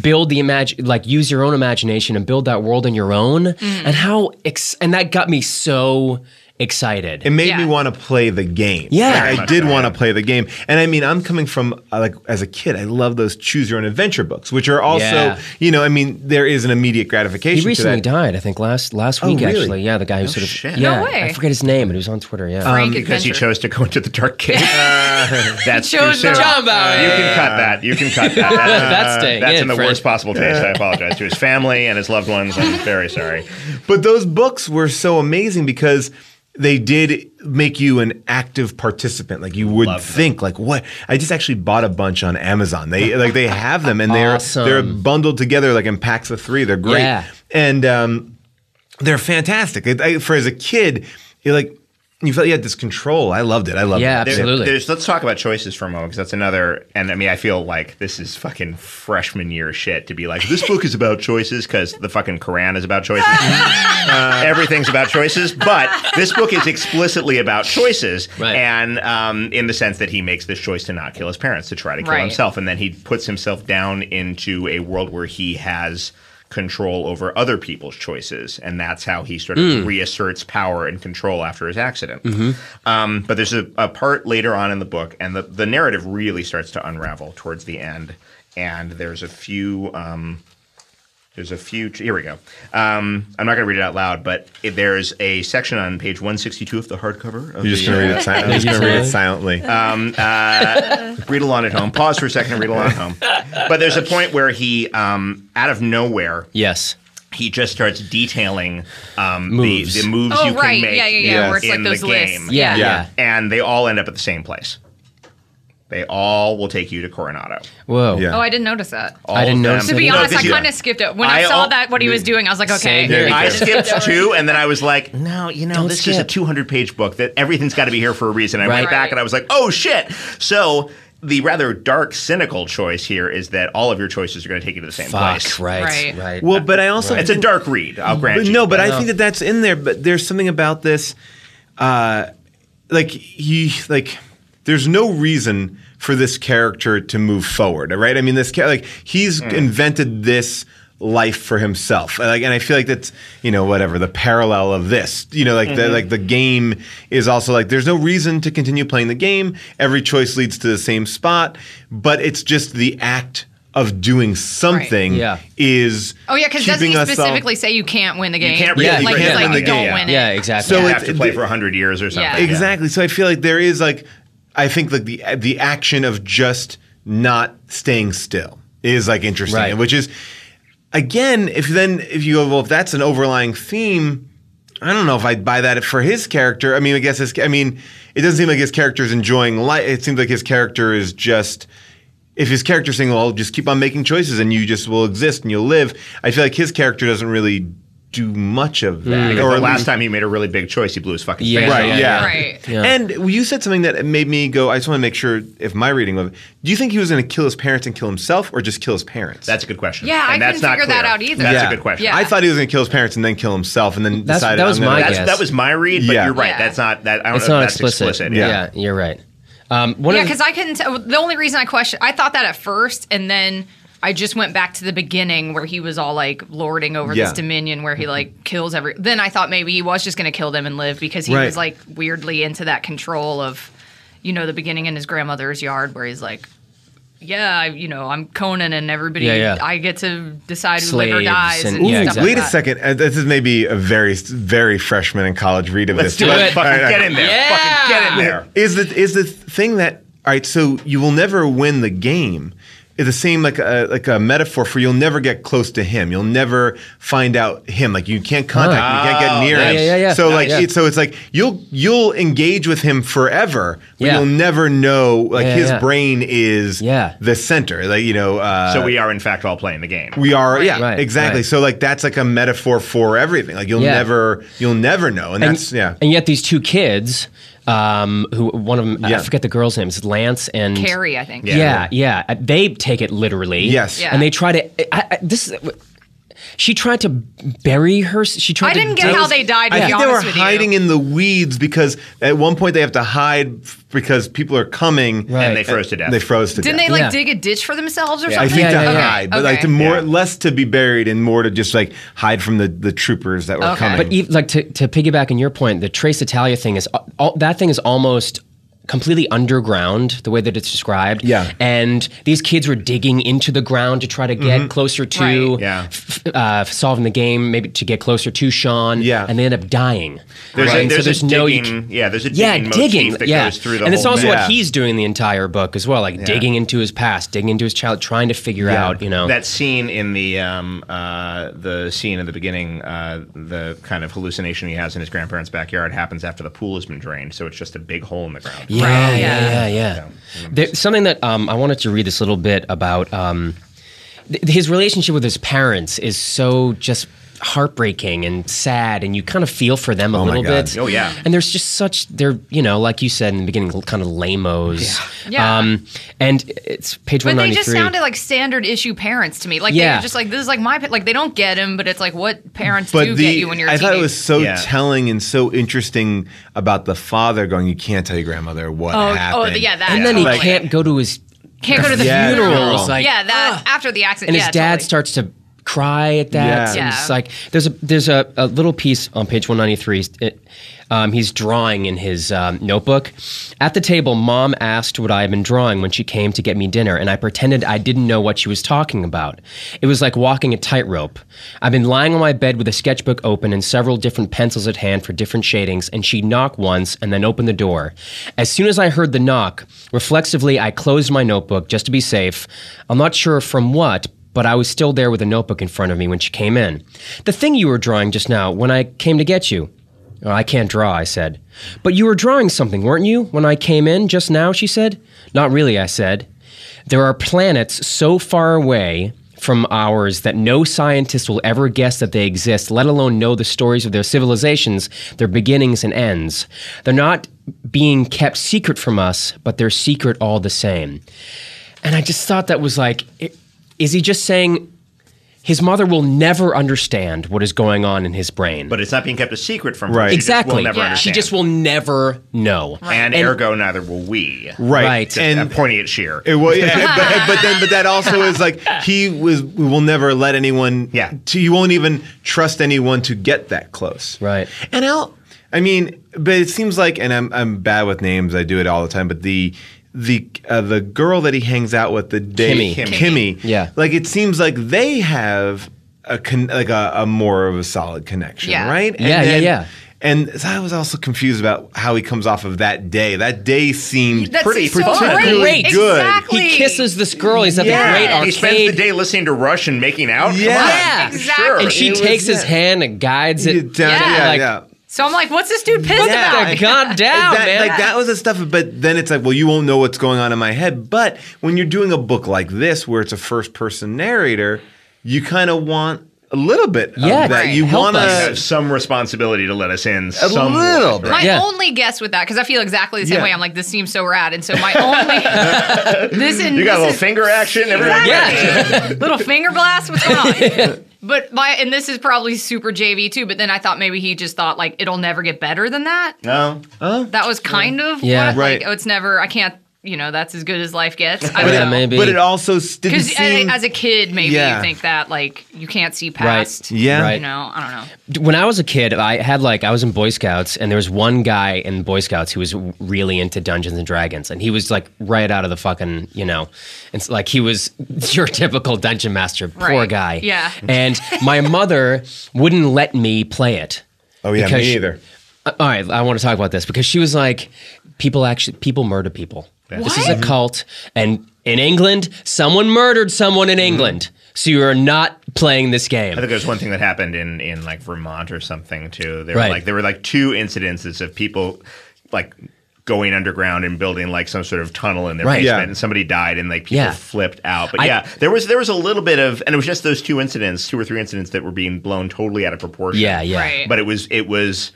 A: build the imagine, like use your own imagination and build that world on your own.
C: Mm.
A: And how, ex- and that got me so excited.
B: It made
C: Yeah.
B: me want to play the game.
A: Yeah.
B: Like, I did want to play the game, and I mean, I'm coming from uh, like as a kid, I love those choose your own adventure books, which are also,
A: Yeah.
B: you know, I mean, there is an immediate gratification.
A: he recently
B: to that. Oh,
A: died, I think, last last week
B: really?
A: actually. Yeah, the guy who sort of
D: shit.
A: yeah,
C: No way.
A: I forget his name, but he was on Twitter. Yeah, Um,
C: Frank
D: Um, because he
C: Adventure.
D: chose to go into the dark cave. that's
C: He chose
D: too
C: the
D: soon.
C: wrong-
D: You can cut that. You can cut that.
A: That's staying
D: That's
A: in,
D: in the
A: Frank.
D: worst possible taste. I apologize to his family and his loved ones. I'm very sorry.
B: But those books were so amazing because they did make you an active participant. Like you would think, like what? I just actually bought a bunch on Amazon. They like they have them and they're
A: Awesome.
B: they're bundled together like in packs of three. They're great.
A: Yeah.
B: And um, they're fantastic. It- I, for as a kid, you're like you felt you had this control. I loved it. I loved
A: Yeah,
B: it.
A: absolutely.
D: There's, let's talk about choices for a moment because that's another. And I mean, I feel like this is fucking freshman year shit to be like, this book is about choices because the fucking Koran is about choices. Uh, everything's about choices. But this book is explicitly about choices.
A: Right.
D: And um, in the sense that he makes this choice to not kill his parents, to try to kill
C: Right.
D: himself. And then he puts himself down into a world where he has. Control over other people's choices, and that's how he sort of
A: Hmm.
D: reasserts power and control after his accident.
A: Mm-hmm.
D: Um, but there's a, a part later on in the book, and the, the narrative really starts to unravel towards the end. And there's a few. Um, there's a few. Here we go. Um, I'm not going to read it out loud, but it, there's a section on page 162 of the hardcover. Of
B: You're just
D: the,
B: gonna read it.
D: uh,
B: Silent- I'm just gonna read it silently.
D: read along at home. Pause for a second and read along at home. But there's a point where he, um, out of nowhere,
A: yes,
D: he just starts detailing um,
A: Moves.
D: The, the moves
C: Oh
D: you can
C: right,
D: make
C: yeah, yeah, yeah.
B: Yes.
C: Where it's like
D: in the
C: those lists.
D: game.
A: yeah, yeah.
B: Yeah.
D: and they all end up at the same place. They all will take you to Coronado.
A: Whoa,
B: Yeah.
C: Oh, I didn't notice that.
D: All
A: I didn't
D: of them.
A: notice
C: to be
A: No,
C: honest, I
D: this-
C: kind of skipped it when I,
D: I
C: saw
D: al-
C: that what he was doing. I was like, okay,
A: Same here.
D: I skipped two, and then I was like, "No, you know,
A: Don't
D: this is a
A: skip.
D: 200-page book that everything's got to be here for a reason." I went
A: Right.
D: back and I was like, "Oh shit!" So the rather dark, cynical choice here is that all of your choices are going to take you to the same
A: fuck,
D: place.
A: right, right,
C: Right.
B: well, but I also
D: It's a dark read. I'll grant
B: But
D: you.
B: no, but I think that that's in there. But there's something about this, uh, like he like. There's no reason for this character to move forward, right? I mean, this cha- like he's
C: Mm.
B: invented this life for himself, And, like, and I feel like that's you know whatever the parallel of this, you know, like the
C: Mm-hmm.
B: like the game is also like there's no reason to continue playing the game. Every choice leads to the same spot, but it's just the act of doing something
A: Yeah.
B: is
C: Oh yeah, because doesn't
B: keeping
C: he
B: us um, all-
C: specifically say you can't win the game?
D: can't really
A: Yeah,
C: like
A: you
C: he's
A: can't
C: like
A: win
C: you
A: the
C: don't
D: game.
C: win it.
A: yeah, exactly.
B: So
D: you
B: it-
D: have to play
B: it-
D: for 100 years or something.
C: Yeah.
B: Exactly. So I feel like there is like I think like the the action of just not staying still is like interesting,
A: Right.
B: which is again if then if you go well if that's an overlying theme. I don't know if I'd buy that for his character. I mean, I guess his, I mean, it doesn't seem like his character is enjoying life. It seems like his character is just if his character's saying, "Well, just keep on making choices and you just will exist and you'll live." I feel like his character doesn't really do much of that.
D: Because
B: Or
D: Mm. the
B: at
D: last
B: least-
D: time he made a really big choice, he blew his fucking
A: Yeah.
D: face
B: Right.
D: off.
B: Yeah.
C: Right.
A: Yeah.
B: And you said something that made me go. I just want to make sure if my reading of it. Do you think he was going to kill his parents and kill himself, or just kill his parents?
D: That's a good question.
C: Yeah, I
D: and that's
C: couldn't
D: not
C: figure that
D: clear.
C: out either.
D: That's
B: Yeah.
D: a good question.
C: Yeah.
B: I thought he was going to kill his parents and then kill himself, and then
A: That's-
B: decided
A: that was
B: I'm gonna-
A: my
D: That's,
A: guess.
D: That was my read, but
B: Yeah.
D: you're right.
C: Yeah.
D: That's not that. I don't
A: It's
D: know
A: not
D: if that's
A: explicit.
B: Yeah.
A: Yeah. you're right. Um, one
C: Yeah,
A: of the-
C: oh, because I couldn't. T- the only reason I questioned, I thought that at first, and then I just went back to the beginning where he was all like lording over
B: Yeah.
C: this dominion where he
A: Mm-hmm.
C: like kills every. Then I thought maybe he was just going to kill them and live because he
B: Right.
C: was like weirdly into that control of, you know, the beginning in his grandmother's yard where he's like, yeah, I- you know, I'm Conan and everybody,
A: Yeah, yeah.
C: I get to decide who lives or
A: Slaves
C: dies
A: and-
C: and,
A: yeah,
C: stuff
A: exactly.
C: like
B: Wait a
C: that.
B: second. Uh, this is maybe a very, very freshman in college read of this.
D: Let's do
B: but-
D: it.
B: All right,
D: Fucking
B: all
D: get
B: right.
D: in there.
A: Yeah.
D: Fucking get in there.
B: Is the is the thing that all right? So you will never win the game. It's the same like a like a metaphor for you'll never get close to him. You'll never find out him. Like you can't contact him. You can't
D: Oh,
B: get near
A: nice.
B: him.
A: Ah, Yeah, yeah, yeah.
B: So like
A: Nice.
B: it's so it's like you'll you'll engage with him forever, but
A: Yeah.
B: you'll never know. Like
A: Yeah,
B: his
A: yeah.
B: brain is
A: Yeah.
B: the center. Like you know. Uh,
D: So we are in fact all playing the game.
B: we are yeah
A: Right,
B: exactly
A: right.
B: so like that's like a metaphor for everything like you'll
A: Yeah.
B: never you'll never know and, that's yeah
A: And yet these two kids, um, who one of them,
B: Yeah.
A: I forget the girl's name, is Lance and
C: Carrie, I think.
A: Yeah. yeah, Uh, They take it literally.
B: Yes. Yeah.
A: And they try to. I, I, this. She tried to bury her. She tried.
C: I didn't
A: to
C: get
A: dig-
C: how they died. To
B: I
C: be
B: think they
C: honest
B: were
C: with
B: hiding
C: you.
B: in the weeds because at one point they have to hide f- because people are coming.
A: Right.
D: And they froze to death.
B: They froze to
C: Didn't
B: death.
C: they like
A: Yeah.
C: dig a ditch for themselves or
B: I
C: something?
B: think
A: Yeah,
B: to
A: yeah, yeah.
B: hide, but like to
C: okay.
B: more
D: Yeah.
B: less to be buried and more to just like hide from the, the troopers that were
C: Okay.
B: coming.
A: But ev- e, like to, to piggyback on your point, the Trace Italia thing is al- all, that thing is almost completely underground the way that it's described.
B: Yeah.
A: And these kids were digging into the ground to try to get closer to
C: Right.
D: Mm-hmm. Yeah.
A: f- f- uh, solving the game, maybe to get closer to Sean.
B: Yeah.
A: And they end up dying.
D: There's,
A: right?
D: a,
A: And
D: there's, a
A: you
D: digging,
A: c-
D: yeah, there's a digging
A: yeah,
D: motif
A: digging.
D: that
A: yeah,
D: goes through the
A: and
D: whole
A: it's also
D: thing.
B: Yeah.
A: what he's doing the entire book as well, like digging into his past, digging into his child, trying to figure
B: Yeah.
A: out, you know,
D: that scene in the um, uh, the scene in the beginning, uh, the kind of hallucination he has in his grandparents' backyard happens after the pool has been drained, so it's just a big hole in the ground.
A: Yeah,
C: Right.
A: yeah, yeah, yeah. There, something that um, I wanted to read this little bit about um, th- his relationship with his parents is so just heartbreaking and sad, and you kind of feel for them a
B: my
A: little
B: God.
A: bit.
D: Oh, yeah.
A: And there's just such they're you know like you said in the beginning kind of lamos.
C: Yeah.
A: Um, and it's page one
C: But they
A: ninety
C: just
A: three.
C: sounded like standard issue parents to me. Like they
A: Yeah.
C: were just like, "This is like my pa-" like they don't get him, but it's like what parents do get you when you're. a
B: I thought it
C: teenager.
B: was so
D: Yeah.
B: telling and so interesting about the father going, "You can't tell your grandmother what
C: Oh, oh,
B: happened."
C: yeah, that.
A: and then he
C: totally.
A: can't go to his
C: Can't go to the
B: Yeah,
C: funeral.
A: funeral. It's like,
C: yeah, that after the accident.
A: and
C: yeah,
A: his dad
C: totally.
A: starts to cry at that.
B: Yeah.
A: And
C: Yeah.
A: it's like there's a there's a, a little piece on page 193. It, um, he's drawing in his um, notebook. At the table, mom asked what I had been drawing when she came to get me dinner, and I pretended I didn't know what she was talking about. It was like walking a tightrope. I've been lying on my bed with a sketchbook open and several different pencils at hand for different shadings, and she knocked once and then opened the door. As soon as I heard the knock, reflexively I closed my notebook just to be safe. I'm not sure from what, but I was still there with a notebook in front of me when she came in. The thing you were drawing just now when I came to get you. "Oh, I can't draw, I said. But you were drawing something, weren't you, when I came in just now, she said. Not really, I said. There are planets so far away from ours that no scientist will ever guess that they exist, let alone know the stories of their civilizations, their beginnings and ends. They're not being kept secret from us, but they're secret all the same. And I just thought that was like, i- is he just saying his mother will never understand what is going on in his brain?
D: But it's not being kept a secret from
B: Right.
D: her. She
A: exactly.
D: Just will never
C: Yeah.
D: understand.
A: She just will never know.
D: And,
A: And-
D: ergo, neither will we.
B: right.
A: Right.
D: And
B: And
D: pointing at sheer.
B: It was, yeah, but, but then, but that also is like he was. We will never let anyone.
D: Yeah.
B: To, you won't even trust anyone to get that close.
A: Right.
B: And I'll. I mean, but it seems like, and I'm I'm bad with names. I do it all the time. But the the uh, the girl that he hangs out with the day
A: Kimmy.
B: Kimmy.
A: Yeah.
B: Like it seems like they have a con- like a, a more of a solid connection,
C: Yeah.
B: right?
A: Yeah, yeah, yeah.
B: And so I was also confused about how he comes off of that day. That day seemed
C: That
B: pretty,
C: seems so
B: particularly
A: great.
B: good.
C: Exactly.
A: He kisses this girl. He's at
B: Yeah.
A: the great
D: And
A: arcade.
D: he spends the day listening to Rush and making out. Come
B: Yeah.
D: on.
C: Exactly.
D: Sure.
A: and she
B: It was-
A: takes his
B: yeah.
A: hand and guides
B: Yeah,
A: it.
B: down-
C: Yeah.
B: yeah,
A: Like,
B: yeah.
C: So I'm like, what's this dude pissed
A: Yeah.
C: about?
A: God damn,
B: that,
A: man.
B: Like that was the stuff, but then it's like, well, you won't know what's going on in my head. But when you're doing a book like this, where it's a first-person narrator, you kind of want a little bit
A: Yeah,
B: of that.
A: right.
B: You
A: Help
B: want
A: us.
D: Have some responsibility to let us in. A
B: little bit.
C: My
A: Yeah.
C: only guess with that, because I feel exactly the same
B: Yeah.
C: way. I'm like, this seems so rad, and so my only this and
D: You got
C: this
D: a little
C: is-
D: finger action. Everyone.
C: Exactly.
A: Yeah.
C: little finger blast. What's going on? But my and this is probably super JV too. But then I thought maybe he just thought like it'll never get better than that.
D: No.
C: That was kind of
A: Yeah.
C: what I-
B: Right.
C: Like, oh, it's never. I can't you know that's as good as life gets. I
A: Yeah,
C: don't know.
A: maybe.
B: But it also s- didn't
C: Because
B: seem.
C: as a kid, maybe
B: Yeah.
C: you think that like you can't see past.
B: yeah.
A: Right.
C: You know, I don't know.
A: When I was a kid, I had like I was in Boy Scouts, and there was one guy in Boy Scouts who was really into Dungeons and Dragons, and he was like right out of the fucking you know, it's like he was your typical dungeon master, poor
C: Right.
A: guy.
C: Yeah.
A: And my mother wouldn't let me play it.
B: Oh yeah,
A: because
B: me
A: she-
B: either.
A: Uh, All right, I want to talk about this because she was like, people actually people murder people. This is a
C: What?
A: cult, and in England, someone murdered someone
C: Mm-hmm.
A: in England, so you are not playing this game.
D: I think there's one thing that happened in in like Vermont or something too. There
A: Right.
D: were like there were like two incidences of people like going underground and building like some sort of tunnel in their
A: Right.
D: basement
B: Yeah.
D: and somebody died and like people
A: Yeah.
D: flipped out. But
A: I-
D: yeah, there was there was a little bit of and it was just those two incidents, two or three incidents that were being blown totally out of proportion.
A: Yeah, yeah.
C: Right.
D: But it was it was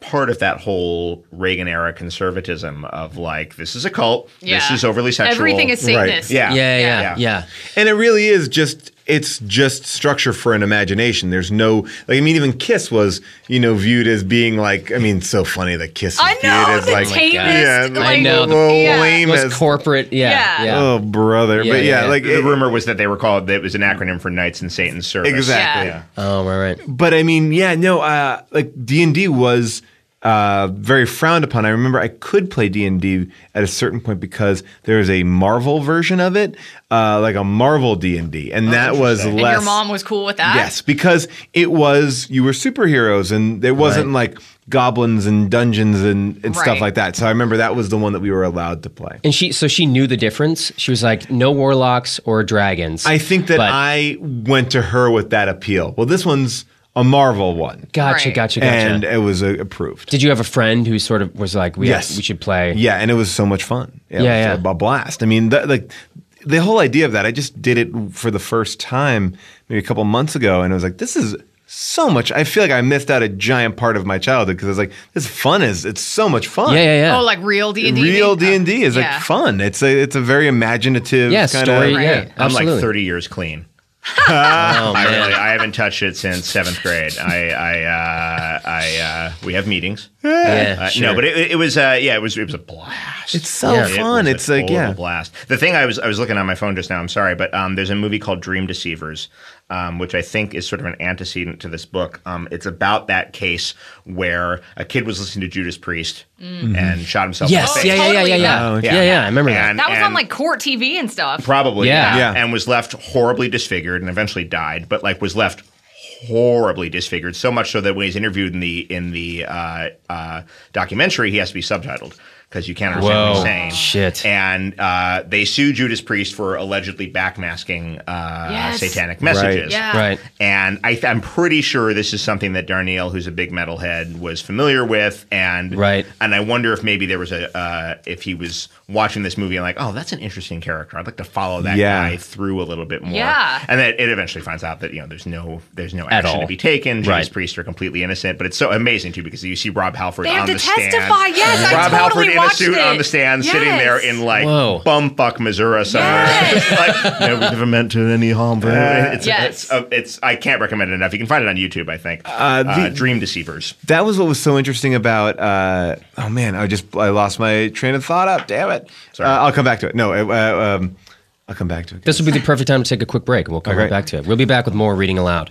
D: part of that whole Reagan era conservatism of like this is a cult, this
C: Yeah.
D: is overly sexual.
C: Everything is
B: Right.
C: Satanist.
D: yeah.
A: yeah, yeah,
D: Yeah.
A: yeah.
B: And it really is just it's just structure for an imagination. There's no like I mean even Kiss was, you know, viewed as being like I mean so funny that Kiss is
C: I know
B: viewed as
C: the
B: like
C: tamest.
B: yeah,
C: like,
A: Oh I know,
B: the,
C: yeah.
A: Most
B: lamest.
A: corporate, yeah, yeah.
C: Yeah.
B: Oh brother.
A: Yeah,
B: but yeah,
A: yeah.
B: like
D: the
B: it-
D: rumor was that they were called that it was an acronym for Knights in Satan's Service.
B: exactly.
C: Yeah.
A: Oh, right, right.
B: But I mean, yeah, no, uh like D&D was uh, very frowned upon. I remember I could play D and D at a certain point because there was a Marvel version of it, uh, like a Marvel D and D, and that was
D: interesting.
B: less.
C: And your mom was cool with that.
B: Yes, because it was you were superheroes and there wasn't like goblins and dungeons and, and stuff
C: Right.
B: like that. So I remember that was the one that we were allowed to play.
A: And she, so she knew the difference. She was like, no warlocks or dragons.
B: I think that
A: But-
B: I went to her with that appeal. Well, this one's a Marvel one.
A: gotcha,
C: Right.
A: gotcha, gotcha.
B: And it was uh, approved.
A: Did you have a friend who sort of was like, we,
B: Yes.
A: we should play?
B: Yeah, and it was so much fun. It
A: Yeah,
B: was
A: yeah.
B: a blast. I mean, that, like the whole idea of that. I just did it for the first time maybe a couple months ago, and I was like, this is so much. I feel like I missed out a giant part of my childhood because I was like, this fun is it's so much fun.
A: Yeah, yeah, yeah.
C: Oh, like real D and D.
B: Real D and D is
C: Yeah.
B: like fun. It's a it's a very imaginative
A: yeah,
B: kind
A: story.
B: of.
C: Right.
A: Yeah,
D: I'm
A: absolutely.
D: like 30 years clean.
A: Oh,
D: I
A: man.
D: really, I haven't touched it since seventh grade. I, I, uh, I, uh, we have meetings.
A: Yeah,
D: Uh,
A: sure.
D: No, but it, it was, uh, yeah, it was, it was a blast.
B: It's so
A: Yeah.
D: It
B: fun.
D: was a
A: uh,
B: It's like
D: total
B: yeah.
D: blast. The thing I was, I was looking on my phone just now. I'm sorry, but um, there's a movie called Dream Deceivers, um, which I think is sort of an antecedent to this book. Um, it's about that case where a kid was listening to Judas Priest and shot himself.
A: Mm-hmm. yes,
D: in the
A: yeah, yeah,
D: face.
A: yeah, yeah, yeah.
B: Oh, okay.
A: yeah, yeah. I remember that.
D: And-
C: That was on
D: and-
C: like court TV and stuff.
D: Probably.
A: Yeah.
B: Yeah.
D: And was left horribly disfigured and eventually died, but like was left horribly disfigured so much so that when he's interviewed in the in the uh, uh, documentary, he has to be subtitled because you can't understand what
A: Whoa.
D: he's saying.
A: Shit.
D: And uh, they sue Judas Priest for allegedly backmasking uh,
C: Yes.
D: satanic messages.
C: Yeah.
A: Right.
D: And I th- I'm pretty sure this is something that Darnielle, who's a big metalhead, was familiar with, and
A: Right.
D: And I wonder if maybe there was a uh, if he was watching this movie and like, oh, that's an interesting character. I'd like to follow that
B: Yeah.
D: guy through a little bit more.
C: Yeah.
D: And then it eventually finds out that you know there's no there's no
A: At
D: action
A: all.
D: to be taken. Judas
A: Right.
D: Priest are completely innocent, but it's so amazing too because you see Rob Halford
C: They have
D: on
C: to
D: the stand.
C: testify. Yes, I
D: Rob
C: totally
D: Halford in a
C: watched
D: suit
C: it.
D: on the stand, sitting
C: Yes.
D: there in like
A: Whoa.
D: bumfuck Missouri somewhere.
C: Yes.
D: like, no, we never meant to any harm. For it's,
C: Yes.
D: it's, uh, it's I can't recommend it enough. You can find it on YouTube, I think.
B: Uh, the-
D: Uh, Dream Deceivers.
B: That was what was so interesting about. Uh, oh man, I just I lost my train of thought up. Damn it!
D: Sorry.
B: Uh, I'll come back to it. No, uh, um, I'll come back to it.
A: This would be the perfect time to take a quick break, and we'll come right
B: Okay.
A: back to it. We'll be back with more reading aloud.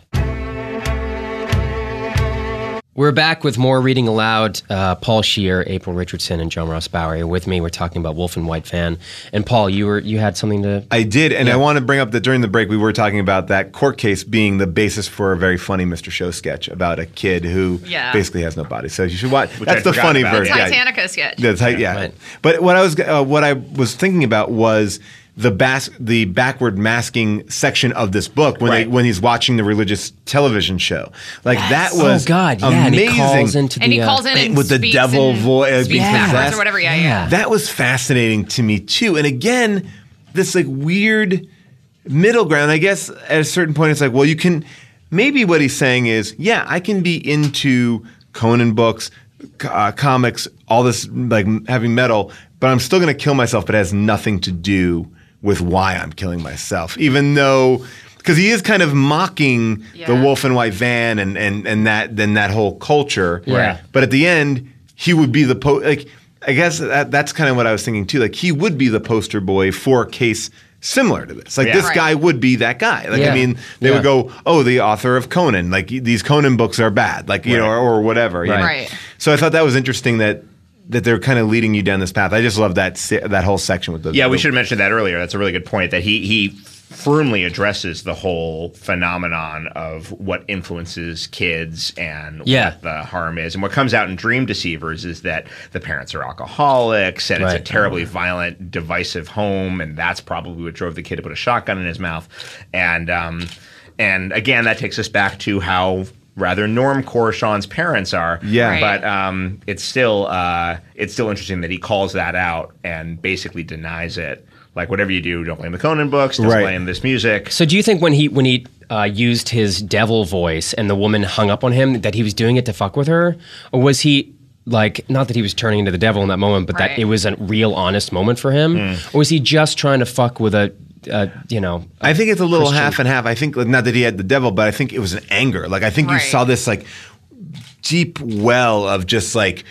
A: We're back with more reading aloud. Uh, Paul Shear, April Richardson, and John Ross Bowery are with me. We're talking about Wolf and White Fan. And Paul, you were you had something to.
B: I did, and I want to bring up that during the break we were talking about that court case being the basis for a very funny Mr. Show sketch about a kid who
C: Yeah.
B: basically has no body. So you should watch.
D: Which
B: That's
D: I'd
B: the
D: forgotten
B: funny
D: about,
B: version.
D: yeah.
B: Yeah.
C: Titanica sketch.
B: That's how, yeah.
A: right.
B: But what I was uh, what I was thinking about was the bas- the backward masking section of this book when
D: Right.
B: they, when he's watching the religious television show. Like that
A: Oh
B: was
A: God! Yeah, and
B: amazing.
A: he calls into
C: and
A: the
C: he
A: uh,
C: calls in and
B: with the
C: speaks
B: devil
C: and
B: voice,
C: speaks
B: yeah.
C: backwards
B: That's-
C: or whatever. Yeah, yeah.
B: That was fascinating to me too. And again, this like weird middle ground. I guess at a certain point, it's like, well, you can. Maybe what he's saying is, yeah, I can be into Conan books, co- uh, comics, all this like m- heavy metal, but I'm still going to kill myself. But it has nothing to do with why I'm killing myself, even though. Because he is kind of mocking the
C: Yeah.
B: wolf and white van and and and that then that whole culture,
A: Yeah.
B: but at the end, he would be the po- like I guess that, that's kind of what I was thinking too. Like he would be the poster boy for a case similar to this. Like
D: Yeah.
B: this
D: Right.
B: guy would be that guy. Like
A: Yeah.
B: I mean, they
A: Yeah.
B: would go, "Oh, the author of Conan. Like these Conan books are bad. Like you know, or,
D: Right.
B: or whatever." you
A: Right.
B: know?
E: Right.
B: So I thought that was interesting that that they're kind of leading you down this path. I just love that se- that whole section with the
D: Yeah, we
B: the-
D: should have mentioned that earlier. That's a really good point. That he he firmly addresses the whole phenomenon of what influences kids and
A: Yeah.
D: what the harm is. And what comes out in Dream Deceivers is that the parents are alcoholics and
A: Right.
D: it's a terribly violent, divisive home, and that's probably what drove the kid to put a shotgun in his mouth. And um, and again, that takes us back to how rather normcore Sean's parents are.
B: Yeah. Right.
D: But um, it's still uh, it's still interesting that he calls that out and basically denies it. Like whatever you do, don't blame the Conan books, don't
B: Right.
D: blame this music.
A: So do you think when he when he uh, used his devil voice and the woman hung up on him that he was doing it to fuck with her, or was he like not that he was turning into the devil in that moment, but
E: Right.
A: that it was a real honest moment for him, or
B: Hmm.
A: was he just trying to fuck with a, a you know?
B: I think it's a little half and half. I think like, not that he had the devil, but I think it was an anger. Like I think
E: Right.
B: you saw this like deep well of just like.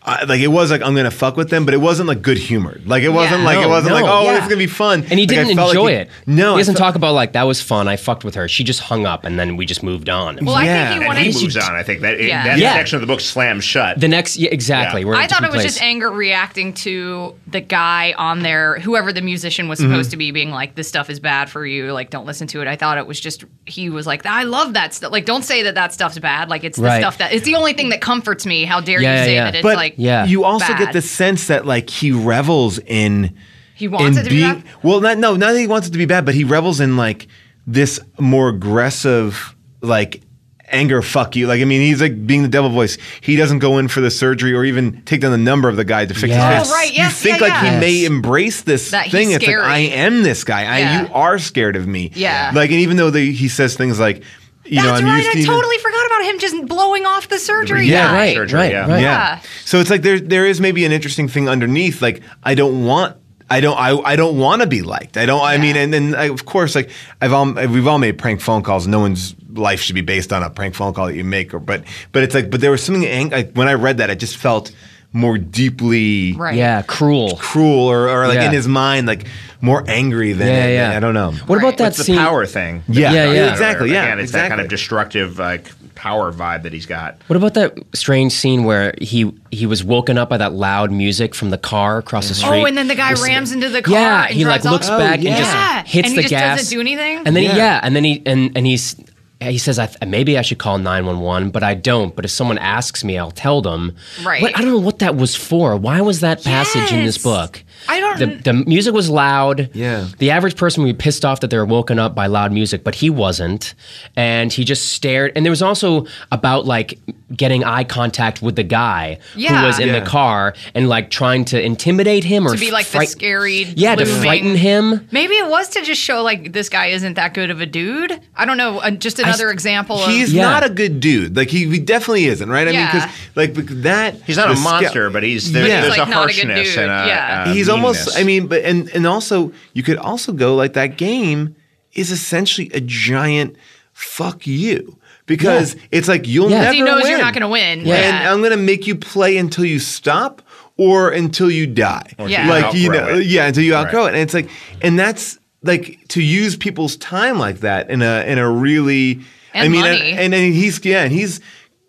B: I like it was like I'm gonna fuck with them, but it wasn't like good humored. Like it wasn't
E: Yeah.
B: like it
A: No,
B: wasn't like
A: no.
B: oh
A: Yeah.
B: it's gonna be fun.
A: And he
B: Like, I
A: didn't
B: felt like
A: enjoy
B: he-
A: it.
B: No,
A: he
B: I
A: doesn't
B: felt-
A: talk about like that was fun. I fucked with her. She just hung up, and then we just moved on.
E: Well, I
B: Yeah.
E: think
B: And
E: he
D: And
E: wanted.
D: he
A: did you
D: moves
A: d-
D: on. I think that
E: Yeah.
D: that
A: Yeah.
D: section of the book slams shut.
A: the next, yeah, exactly.
D: Yeah.
A: We're in a
E: I thought it
A: different
E: was
A: place.
E: just anger reacting to the guy on there, whoever the musician was supposed to be, being like, "This stuff is bad for you. Like, don't listen to it." I thought it was just he was like, "I love that stuff. Like, don't say that that stuff's bad. Like, it's the
A: Right.
E: stuff that it's the only thing that comforts me. How dare
A: Yeah, yeah,
E: you say
A: yeah.
E: that it's
B: But
E: like
A: Yeah.
B: you also
E: bad.
B: get the sense that like he revels in
E: He wants
B: in
E: it to be
B: being-
E: bad?
B: Well, not no, not that he wants it to be bad, but he revels in like this more aggressive like anger fuck you. Like I mean, he's like being the devil voice. He doesn't go in for the surgery or even take down the number of the guy to fix
A: Yes.
B: his face.
A: Oh,
E: right. Yes,
B: you think
E: yeah,
B: like
E: yeah.
B: he may embrace this
E: That he's
B: thing. It's
E: scary.
B: like I am this guy. I
E: Yeah.
B: you are scared of me.
E: Yeah.
B: Like and even though they, he says things like you know,
E: That's
B: I'm
E: right.
B: used to
E: I
B: even-
E: totally forgot about him just blowing off the surgery.
D: Yeah,
E: guy.
A: right,
D: Surgery,
A: right,
D: yeah.
A: right.
E: Yeah.
B: yeah. So it's like there there is maybe an interesting thing underneath. Like I don't want. I don't. I, I don't want to be liked. I don't. I mean, and then I, of course, like I've all we've all made prank phone calls. No one's life should be based on a prank phone call that you make. Or but but it's like but there was something ang- like when I read that, I just felt more deeply
E: Right.
A: yeah, cruel.
B: cruel or, or like
A: Yeah.
B: in his mind like more angry than
A: Yeah, yeah.
B: I don't know.
A: What
E: Right.
A: about that
D: It's the
A: scene?
D: power thing.
B: Yeah,
A: Yeah, yeah.
B: exactly. Yeah,
D: Again, it's that kind
B: exactly.
D: of destructive like power vibe that he's got.
A: What about that strange scene where he he was woken up by that loud music from the car across the
C: Mm-hmm.
A: street?
E: Oh, and then the guy rams into the car.
A: yeah,
E: and
A: he like
E: drives off.
A: looks back
B: yeah.
A: and just
E: Yeah, and
A: hits
E: he
A: the
E: just
A: gas.
E: doesn't do anything?
A: And then yeah,
B: Yeah.
A: and then he and and he's he says I th- maybe I should call 911, but I don't, but if someone asks me, I'll tell them.
E: Right.
A: But I don't know what that was for. Why was that passage in this
E: Yes.
A: book?
E: I don't-
A: The, the music was loud.
B: Yeah.
A: The average person would be pissed off that they were woken up by loud music, but he wasn't, and he just stared. And there was also about like getting eye contact with the guy
E: Yeah.
A: who was in
B: Yeah.
A: the car and like trying to intimidate him or
E: to be like the
A: fright-
E: scary.
A: yeah to
E: looming-
A: frighten him.
E: Maybe it was to just show like this guy isn't that good of a dude. I don't know. uh, Just another example.
B: He's
E: of,
A: Yeah.
B: not a good dude. Like he, he definitely isn't, right? I mean,
E: Yeah.
B: because like bec- that
D: He's not
B: the
D: a
B: sca-
D: monster, but he's there,
B: But he's,
D: there's
E: like,
D: a
E: not a good
D: harshness
E: dude.
D: and a,
E: Yeah.
D: a
B: he's almost.
D: meanness.
B: I mean, but and and also you could also go like that game is essentially a giant fuck you because it's like you'll
A: Yeah. 'Cause
B: never.
E: he knows you're
B: win.
E: not going to win.
A: Yeah.
B: And I'm gonna make you play until you stop or until you die.
E: Yeah. you
B: Like you
D: outgrow
B: know,
D: it.
B: yeah, until you outgrow it. And it's like, and that's like to use people's time like that in a in a really. I
E: And
B: mean,
E: money.
B: and, and he's yeah, and he's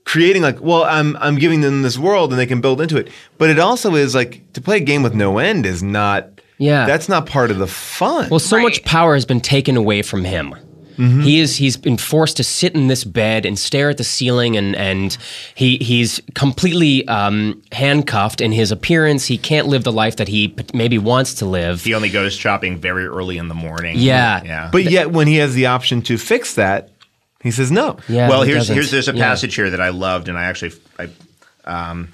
B: creating like, well, I'm I'm giving them this world and they can build into it. But it also is like to play a game with no end is not.
A: Yeah.
B: that's not part of the fun.
A: Well, so much
E: Right.
A: power has been taken away from him.
D: Mm-hmm.
A: He is he's been forced to sit in this bed and stare at the ceiling and and he he's completely um, handcuffed in his appearance. He can't live the life that he p- maybe wants to live.
D: he only goes shopping very early in the morning.
A: Yeah.
D: yeah.
B: but yet, when he has the option to fix that, he says no.
A: Yeah,
D: well,
A: he
D: here's
A: doesn't.
D: here's there's a
A: Yeah.
D: passage here that I loved, and I actually I um,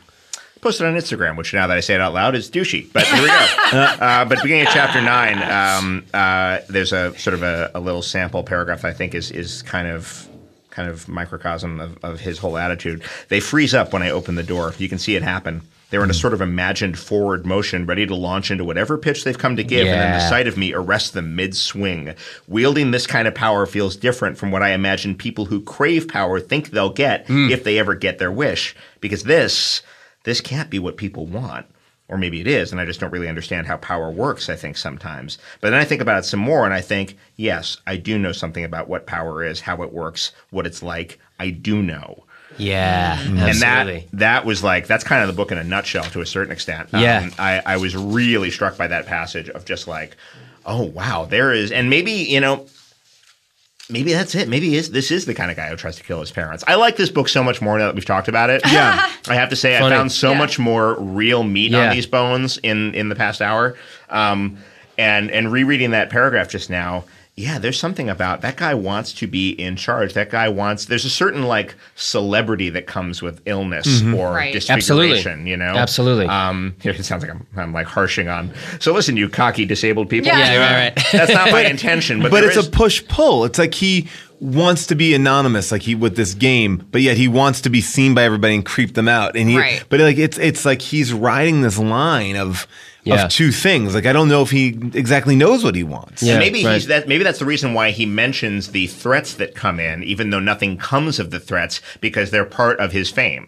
D: posted on Instagram, which now that I say it out loud is douchey. But here we go. uh, but beginning of chapter nine, um, uh, there's a sort of a, a little sample paragraph that I think is is kind of. Kind of microcosm of, of his whole attitude. They freeze up when I open the door. You can see it happen. They're
A: Hmm.
D: in a sort of imagined forward motion, ready to launch into whatever pitch they've come to give, and then the
A: Yeah.
D: sight of me arrests them mid swing. Wielding this kind of power feels different from what I imagine people who crave power think they'll get if they ever get their wish. Because this, this can't be what people want. or maybe it is, and I just don't really understand how power works, I think, sometimes. But then I think about it some more, and I think, yes, I do know something about what power is, how it works, what it's like. I do know.
A: Yeah,
D: Mm-hmm. And that,
A: absolutely.
D: that was like, that's kind of the book in a nutshell to a certain extent. Um,
A: Yeah.
D: I, I was really struck by that passage of just like, oh, wow, there is, and maybe, you know, maybe that's it. Maybe is this is the kind of guy who tries to kill his parents. I like this book so much more now that we've talked about it.
B: Yeah.
D: I have to say
A: Funny.
D: I found so
E: Yeah.
D: much more real meat
A: Yeah.
D: on these bones in in the past hour. Um, and and rereading that paragraph just now, yeah, there's something about that guy wants to be in charge. That guy wants. There's a certain like celebrity that comes with illness or
E: Right.
D: disfiguration.
A: Mm-hmm. Absolutely.
D: You know,
A: Absolutely.
D: Um, it sounds like I'm, I'm like harshing on. So listen, you cocky disabled people.
E: Yeah.
A: yeah, right, right.
D: That's not my intention, but
B: but
D: there
B: it's
D: is-
B: a push pull. It's like he wants to be anonymous, like he with this game, but yet he wants to be seen by everybody and creep them out. And he,
E: Right.
B: but like it's it's like he's riding this line of
A: Yeah.
B: of two things. Like I don't know if he exactly knows what he wants.
A: Yeah.
D: And maybe
A: right.
D: he's that. Maybe that's the reason why he mentions the threats that come in, even though nothing comes of the threats, because they're part of his fame.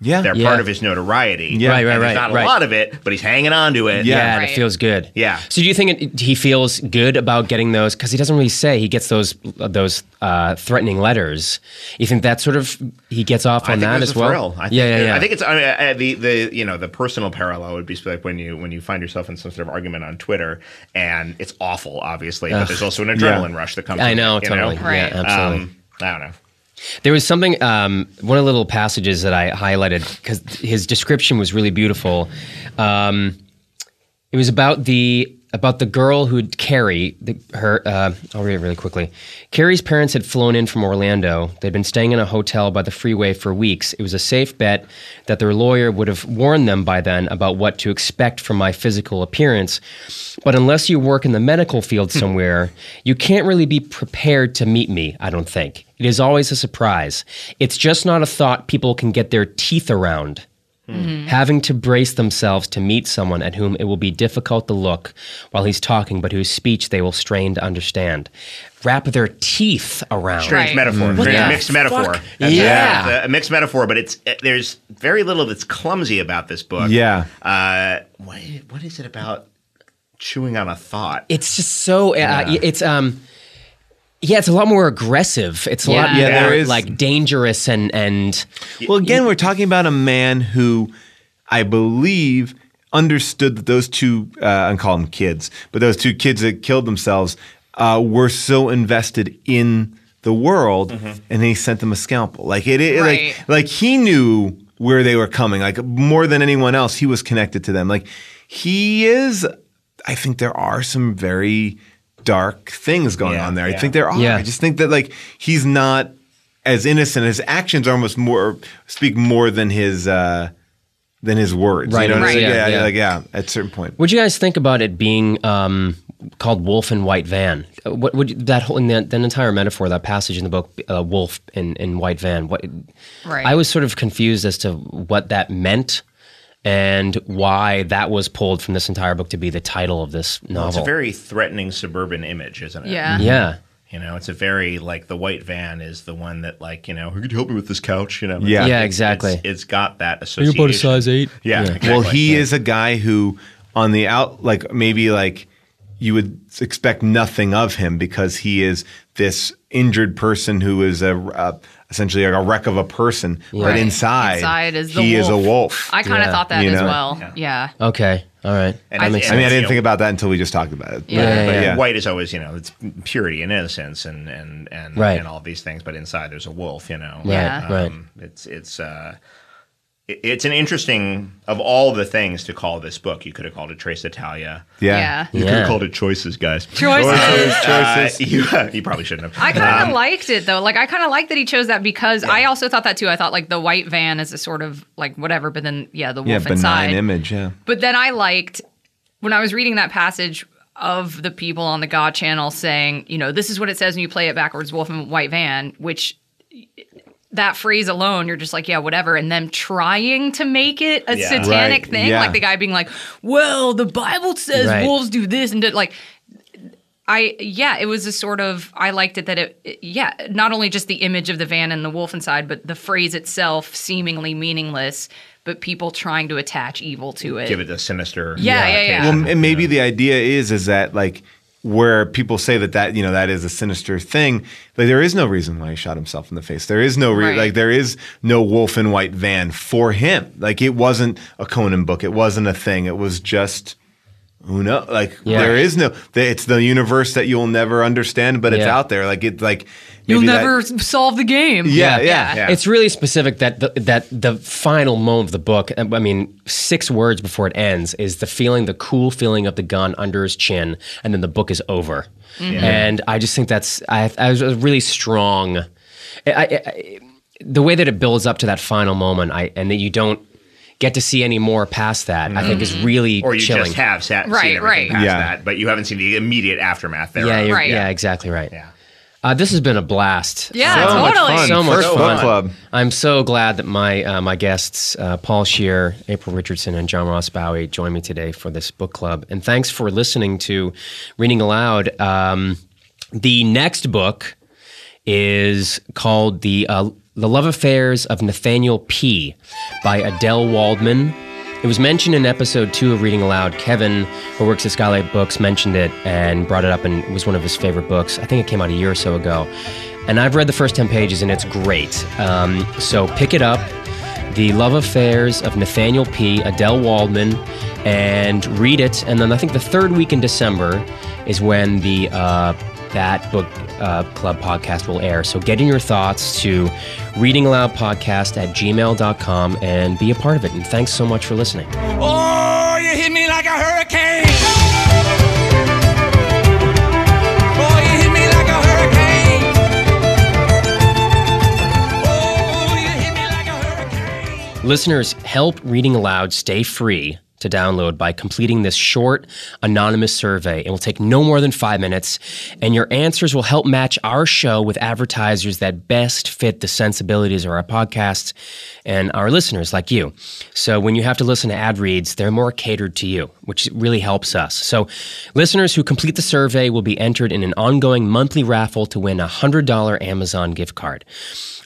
B: yeah.
D: They're
A: Yeah.
D: part of his notoriety.
B: Yeah. Right,
A: right,
D: And
A: right,
D: There's not
A: right.
D: a lot of it, but he's hanging on to it.
A: Yeah, and it
E: Right.
A: feels good.
D: Yeah.
A: So do you think it, he feels good about getting those? Because he doesn't really say he gets those those uh, threatening letters. You think that sort of he gets off
D: I
A: on
D: think
A: that
D: there's
A: as
D: a
A: well?
D: thrill. I think,
A: yeah, yeah, yeah.
D: I think it's I mean, I- the the you know the personal parallel would be like when you when you find yourself in some sort of argument on Twitter and it's awful, obviously, but there's also an adrenaline rush that comes.
A: I
D: with
A: know
D: it, you
A: totally.
E: Right.
A: Yeah, absolutely.
D: Um, I don't know.
A: There was something, um, one of the little passages that I highlighted because his description was really beautiful. Um, it was about the about the girl who would Carrie. The, her, uh, I'll read it really quickly. Carrie's parents had flown in from Orlando. They'd been staying in a hotel by the freeway for weeks. It was a safe bet that their lawyer would have warned them by then about what to expect from my physical appearance. But unless you work in the medical field somewhere, you can't really be prepared to meet me. I don't think it is always a surprise. It's just not a thought people can get their teeth around having to brace themselves to meet someone at whom it will be difficult to look while he's talking, but whose speech they will strain to understand. Wrap their teeth around.
D: strange
E: Right.
D: metaphor,
A: What
D: Strange
A: the
D: mixed
A: fuck?
D: metaphor.
A: Yeah.
D: a, a mixed metaphor, but it's it- there's very little that's clumsy about this book.
B: Yeah.
D: uh, what i- what is it about chewing on a thought?
A: It's just so. Uh, It's um. Yeah, it's a lot more aggressive. It's a lot
E: Yeah.
A: more
B: Yeah, there is-
A: like dangerous and and
B: Well, again, we're talking about a man who I believe understood that those two, uh, I call them kids, but those two kids that killed themselves uh, were so invested in the world and he sent them a scalpel. Like, it, it
E: Right.
B: like, like he knew where they were coming. Like, more than anyone else, he was connected to them. Like, he is, I think there are some very dark things going
D: Yeah,
B: on there. I
D: yeah.
B: think there are.
A: Yeah.
B: I just think that, like, he's not as innocent. His actions are almost more speak more than his uh, than his words.
A: Right,
B: You know what I'm
A: right,
B: saying?
A: yeah,
B: Yeah,
A: yeah.
B: Like, yeah. At a certain point.
A: What do you guys think about it being um, called Wolf and White Van? Uh, What would you- that whole in that, that entire metaphor, that passage in the book, uh, Wolf and, and White Van? What?
E: Right.
A: I was sort of confused as to what that meant and why that was pulled from this entire book to be the title of this novel.
D: It's a very threatening suburban image, isn't it?
E: Yeah.
A: yeah.
D: You know, it's a very like the white van is the one that like you know who could help me with this couch. You know,
B: Yeah.
A: Yeah,
D: It's-
A: exactly.
D: It's, it's got that association. You're
A: eight.
D: Yeah,
B: Well,
D: exactly.
B: he is a guy who, on the out, like maybe like you would expect nothing of him because he is this injured person who is a, a essentially like a wreck of a person, but
E: Right.
B: inside,
E: Inside is the
B: he is a
E: wolf.
B: wolf.
E: I kind of
A: Yeah.
E: thought that
B: You
E: as
B: know?
E: well.
D: Yeah.
E: Yeah.
A: Okay. All right.
D: And
A: that
D: it's-
A: makes
B: I
A: sense.
B: mean, I didn't
D: Yeah.
B: think about that until we just talked about it.
E: Yeah.
A: Yeah, yeah,
D: But
A: yeah.
D: white is always, you know, it's purity and innocence and and and,
A: Right.
D: and all these things. But inside, there's a wolf. You know, Um,
A: Right,
E: Yeah.
A: right.
D: It's it's uh, it- it's an interesting of all the things to call this book. You could have called it Trace Italia.
B: Yeah.
E: Yeah.
D: You
A: Yeah.
D: could have called it Choices, guys.
E: Choices.
D: Uh, you, you probably shouldn't have.
E: I kind
B: Um,
E: of liked it though. Like I kind of liked that he chose that because I also thought that too. I thought like the white van is a sort of like whatever, but then yeah, the wolf
B: Yeah, benign
E: inside.
B: image. Yeah,
E: But then I liked when I was reading that passage of the people on the God channel saying, you know, this is what it says when you play it backwards, Wolf and White Van, which that phrase alone, you're just like, yeah, whatever. And them trying to make it a
D: Yeah.
E: satanic
B: Right,
E: thing.
B: yeah.
E: Like the guy being like, well, the Bible says
A: Right.
E: wolves do this and did like. I yeah, it was a sort of I liked it that it, it- yeah, not only just the image of the van and the wolf inside, but the phrase itself seemingly meaningless, but people trying to attach evil to it.
D: Give it the sinister.
E: Yeah, yeah, yeah.
D: connotation.
B: Well, and maybe the idea is is that like where people say that that you know that is a sinister thing, like there is no reason why he shot himself in the face. There is no re-
E: Right.
B: like there is no wolf in white van for him. Like it wasn't a Conan book. It wasn't a thing. It was just who knows. Like
A: Yeah.
B: there is no. th- It's the universe that you'll never understand, but it's
A: Yeah.
B: out there. Like it like
E: You'll
B: maybe that-
E: never s- solve the game.
B: yeah, yeah, yeah.
A: It's really specific that the, that the final moment of the book, um, I mean, six words before it ends, is the feeling, the cool feeling of the gun under his chin, and then the book is over.
D: Mm-hmm.
A: And I just think that's I, I was really strong. I, I, I, the way that it builds up to that final moment, I and that you don't get to see any more past that, I think is really
D: or you
A: chilling.
D: just have sat,
E: Right,
D: seen everything
E: right.
D: past
B: Yeah.
D: that, but you haven't seen the immediate aftermath there.
A: yeah, you're-
E: Right.
A: yeah, exactly right.
D: Yeah.
A: Uh, this has been a blast.
E: Yeah,
B: So much
E: totally.
B: fun.
A: So much
B: First
A: fun.
B: book club.
A: I'm so glad that my uh, my guests uh, Paul Shear, April Richardson, and John Ross Bowie joined me today for this book club. And thanks for listening to Reading Aloud. Um, the next book is called the uh, the Love Affairs of Nathaniel P. by Adele Waldman. It was mentioned in episode two of Reading Aloud. Kevin, who works at Skylight Books, mentioned it and brought it up, and it was one of his favorite books. I think it came out a year or so ago. And I've read the first 10 pages, and it's great. Um, so pick it up. The Love Affairs of Nathaniel P., Adele Waldman, and read it. And then I think the third week in December is when the uh, that book uh, club podcast will air. So get in your thoughts to reading aloud podcast at gmail.com and be a part of it. And thanks so much for listening.
F: Oh, you hit me like a hurricane. Oh, you hit me like a hurricane. Oh, you hit me like a hurricane.
A: Listeners, help Reading Aloud stay free to download by completing this short, anonymous survey. It will take no more than five minutes, and your answers will help match our show with advertisers that best fit the sensibilities of our podcasts and our listeners like you. So when you have to listen to ad reads, they're more catered to you, which really helps us. So listeners who complete the survey will be entered in an ongoing monthly raffle to win a $100 Amazon gift card.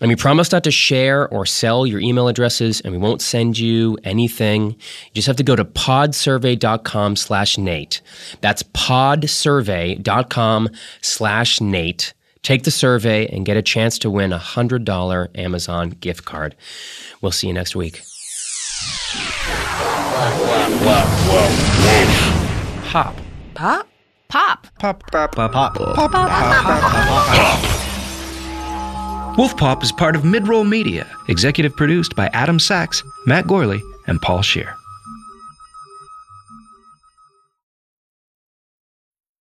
A: And we promise not to share or sell your email addresses, and we won't send you anything. You just have to go to podsurvey.com slash Nate. That's podsurvey.com slash Nate. Take the survey and get a chance to win a $100 Amazon gift card. We'll see you next week. Hop.
E: Pop, pop.
G: Wolf Pop is part of Midroll Media, executive produced by Adam Sachs, Matt Gorley, and Paul Shear.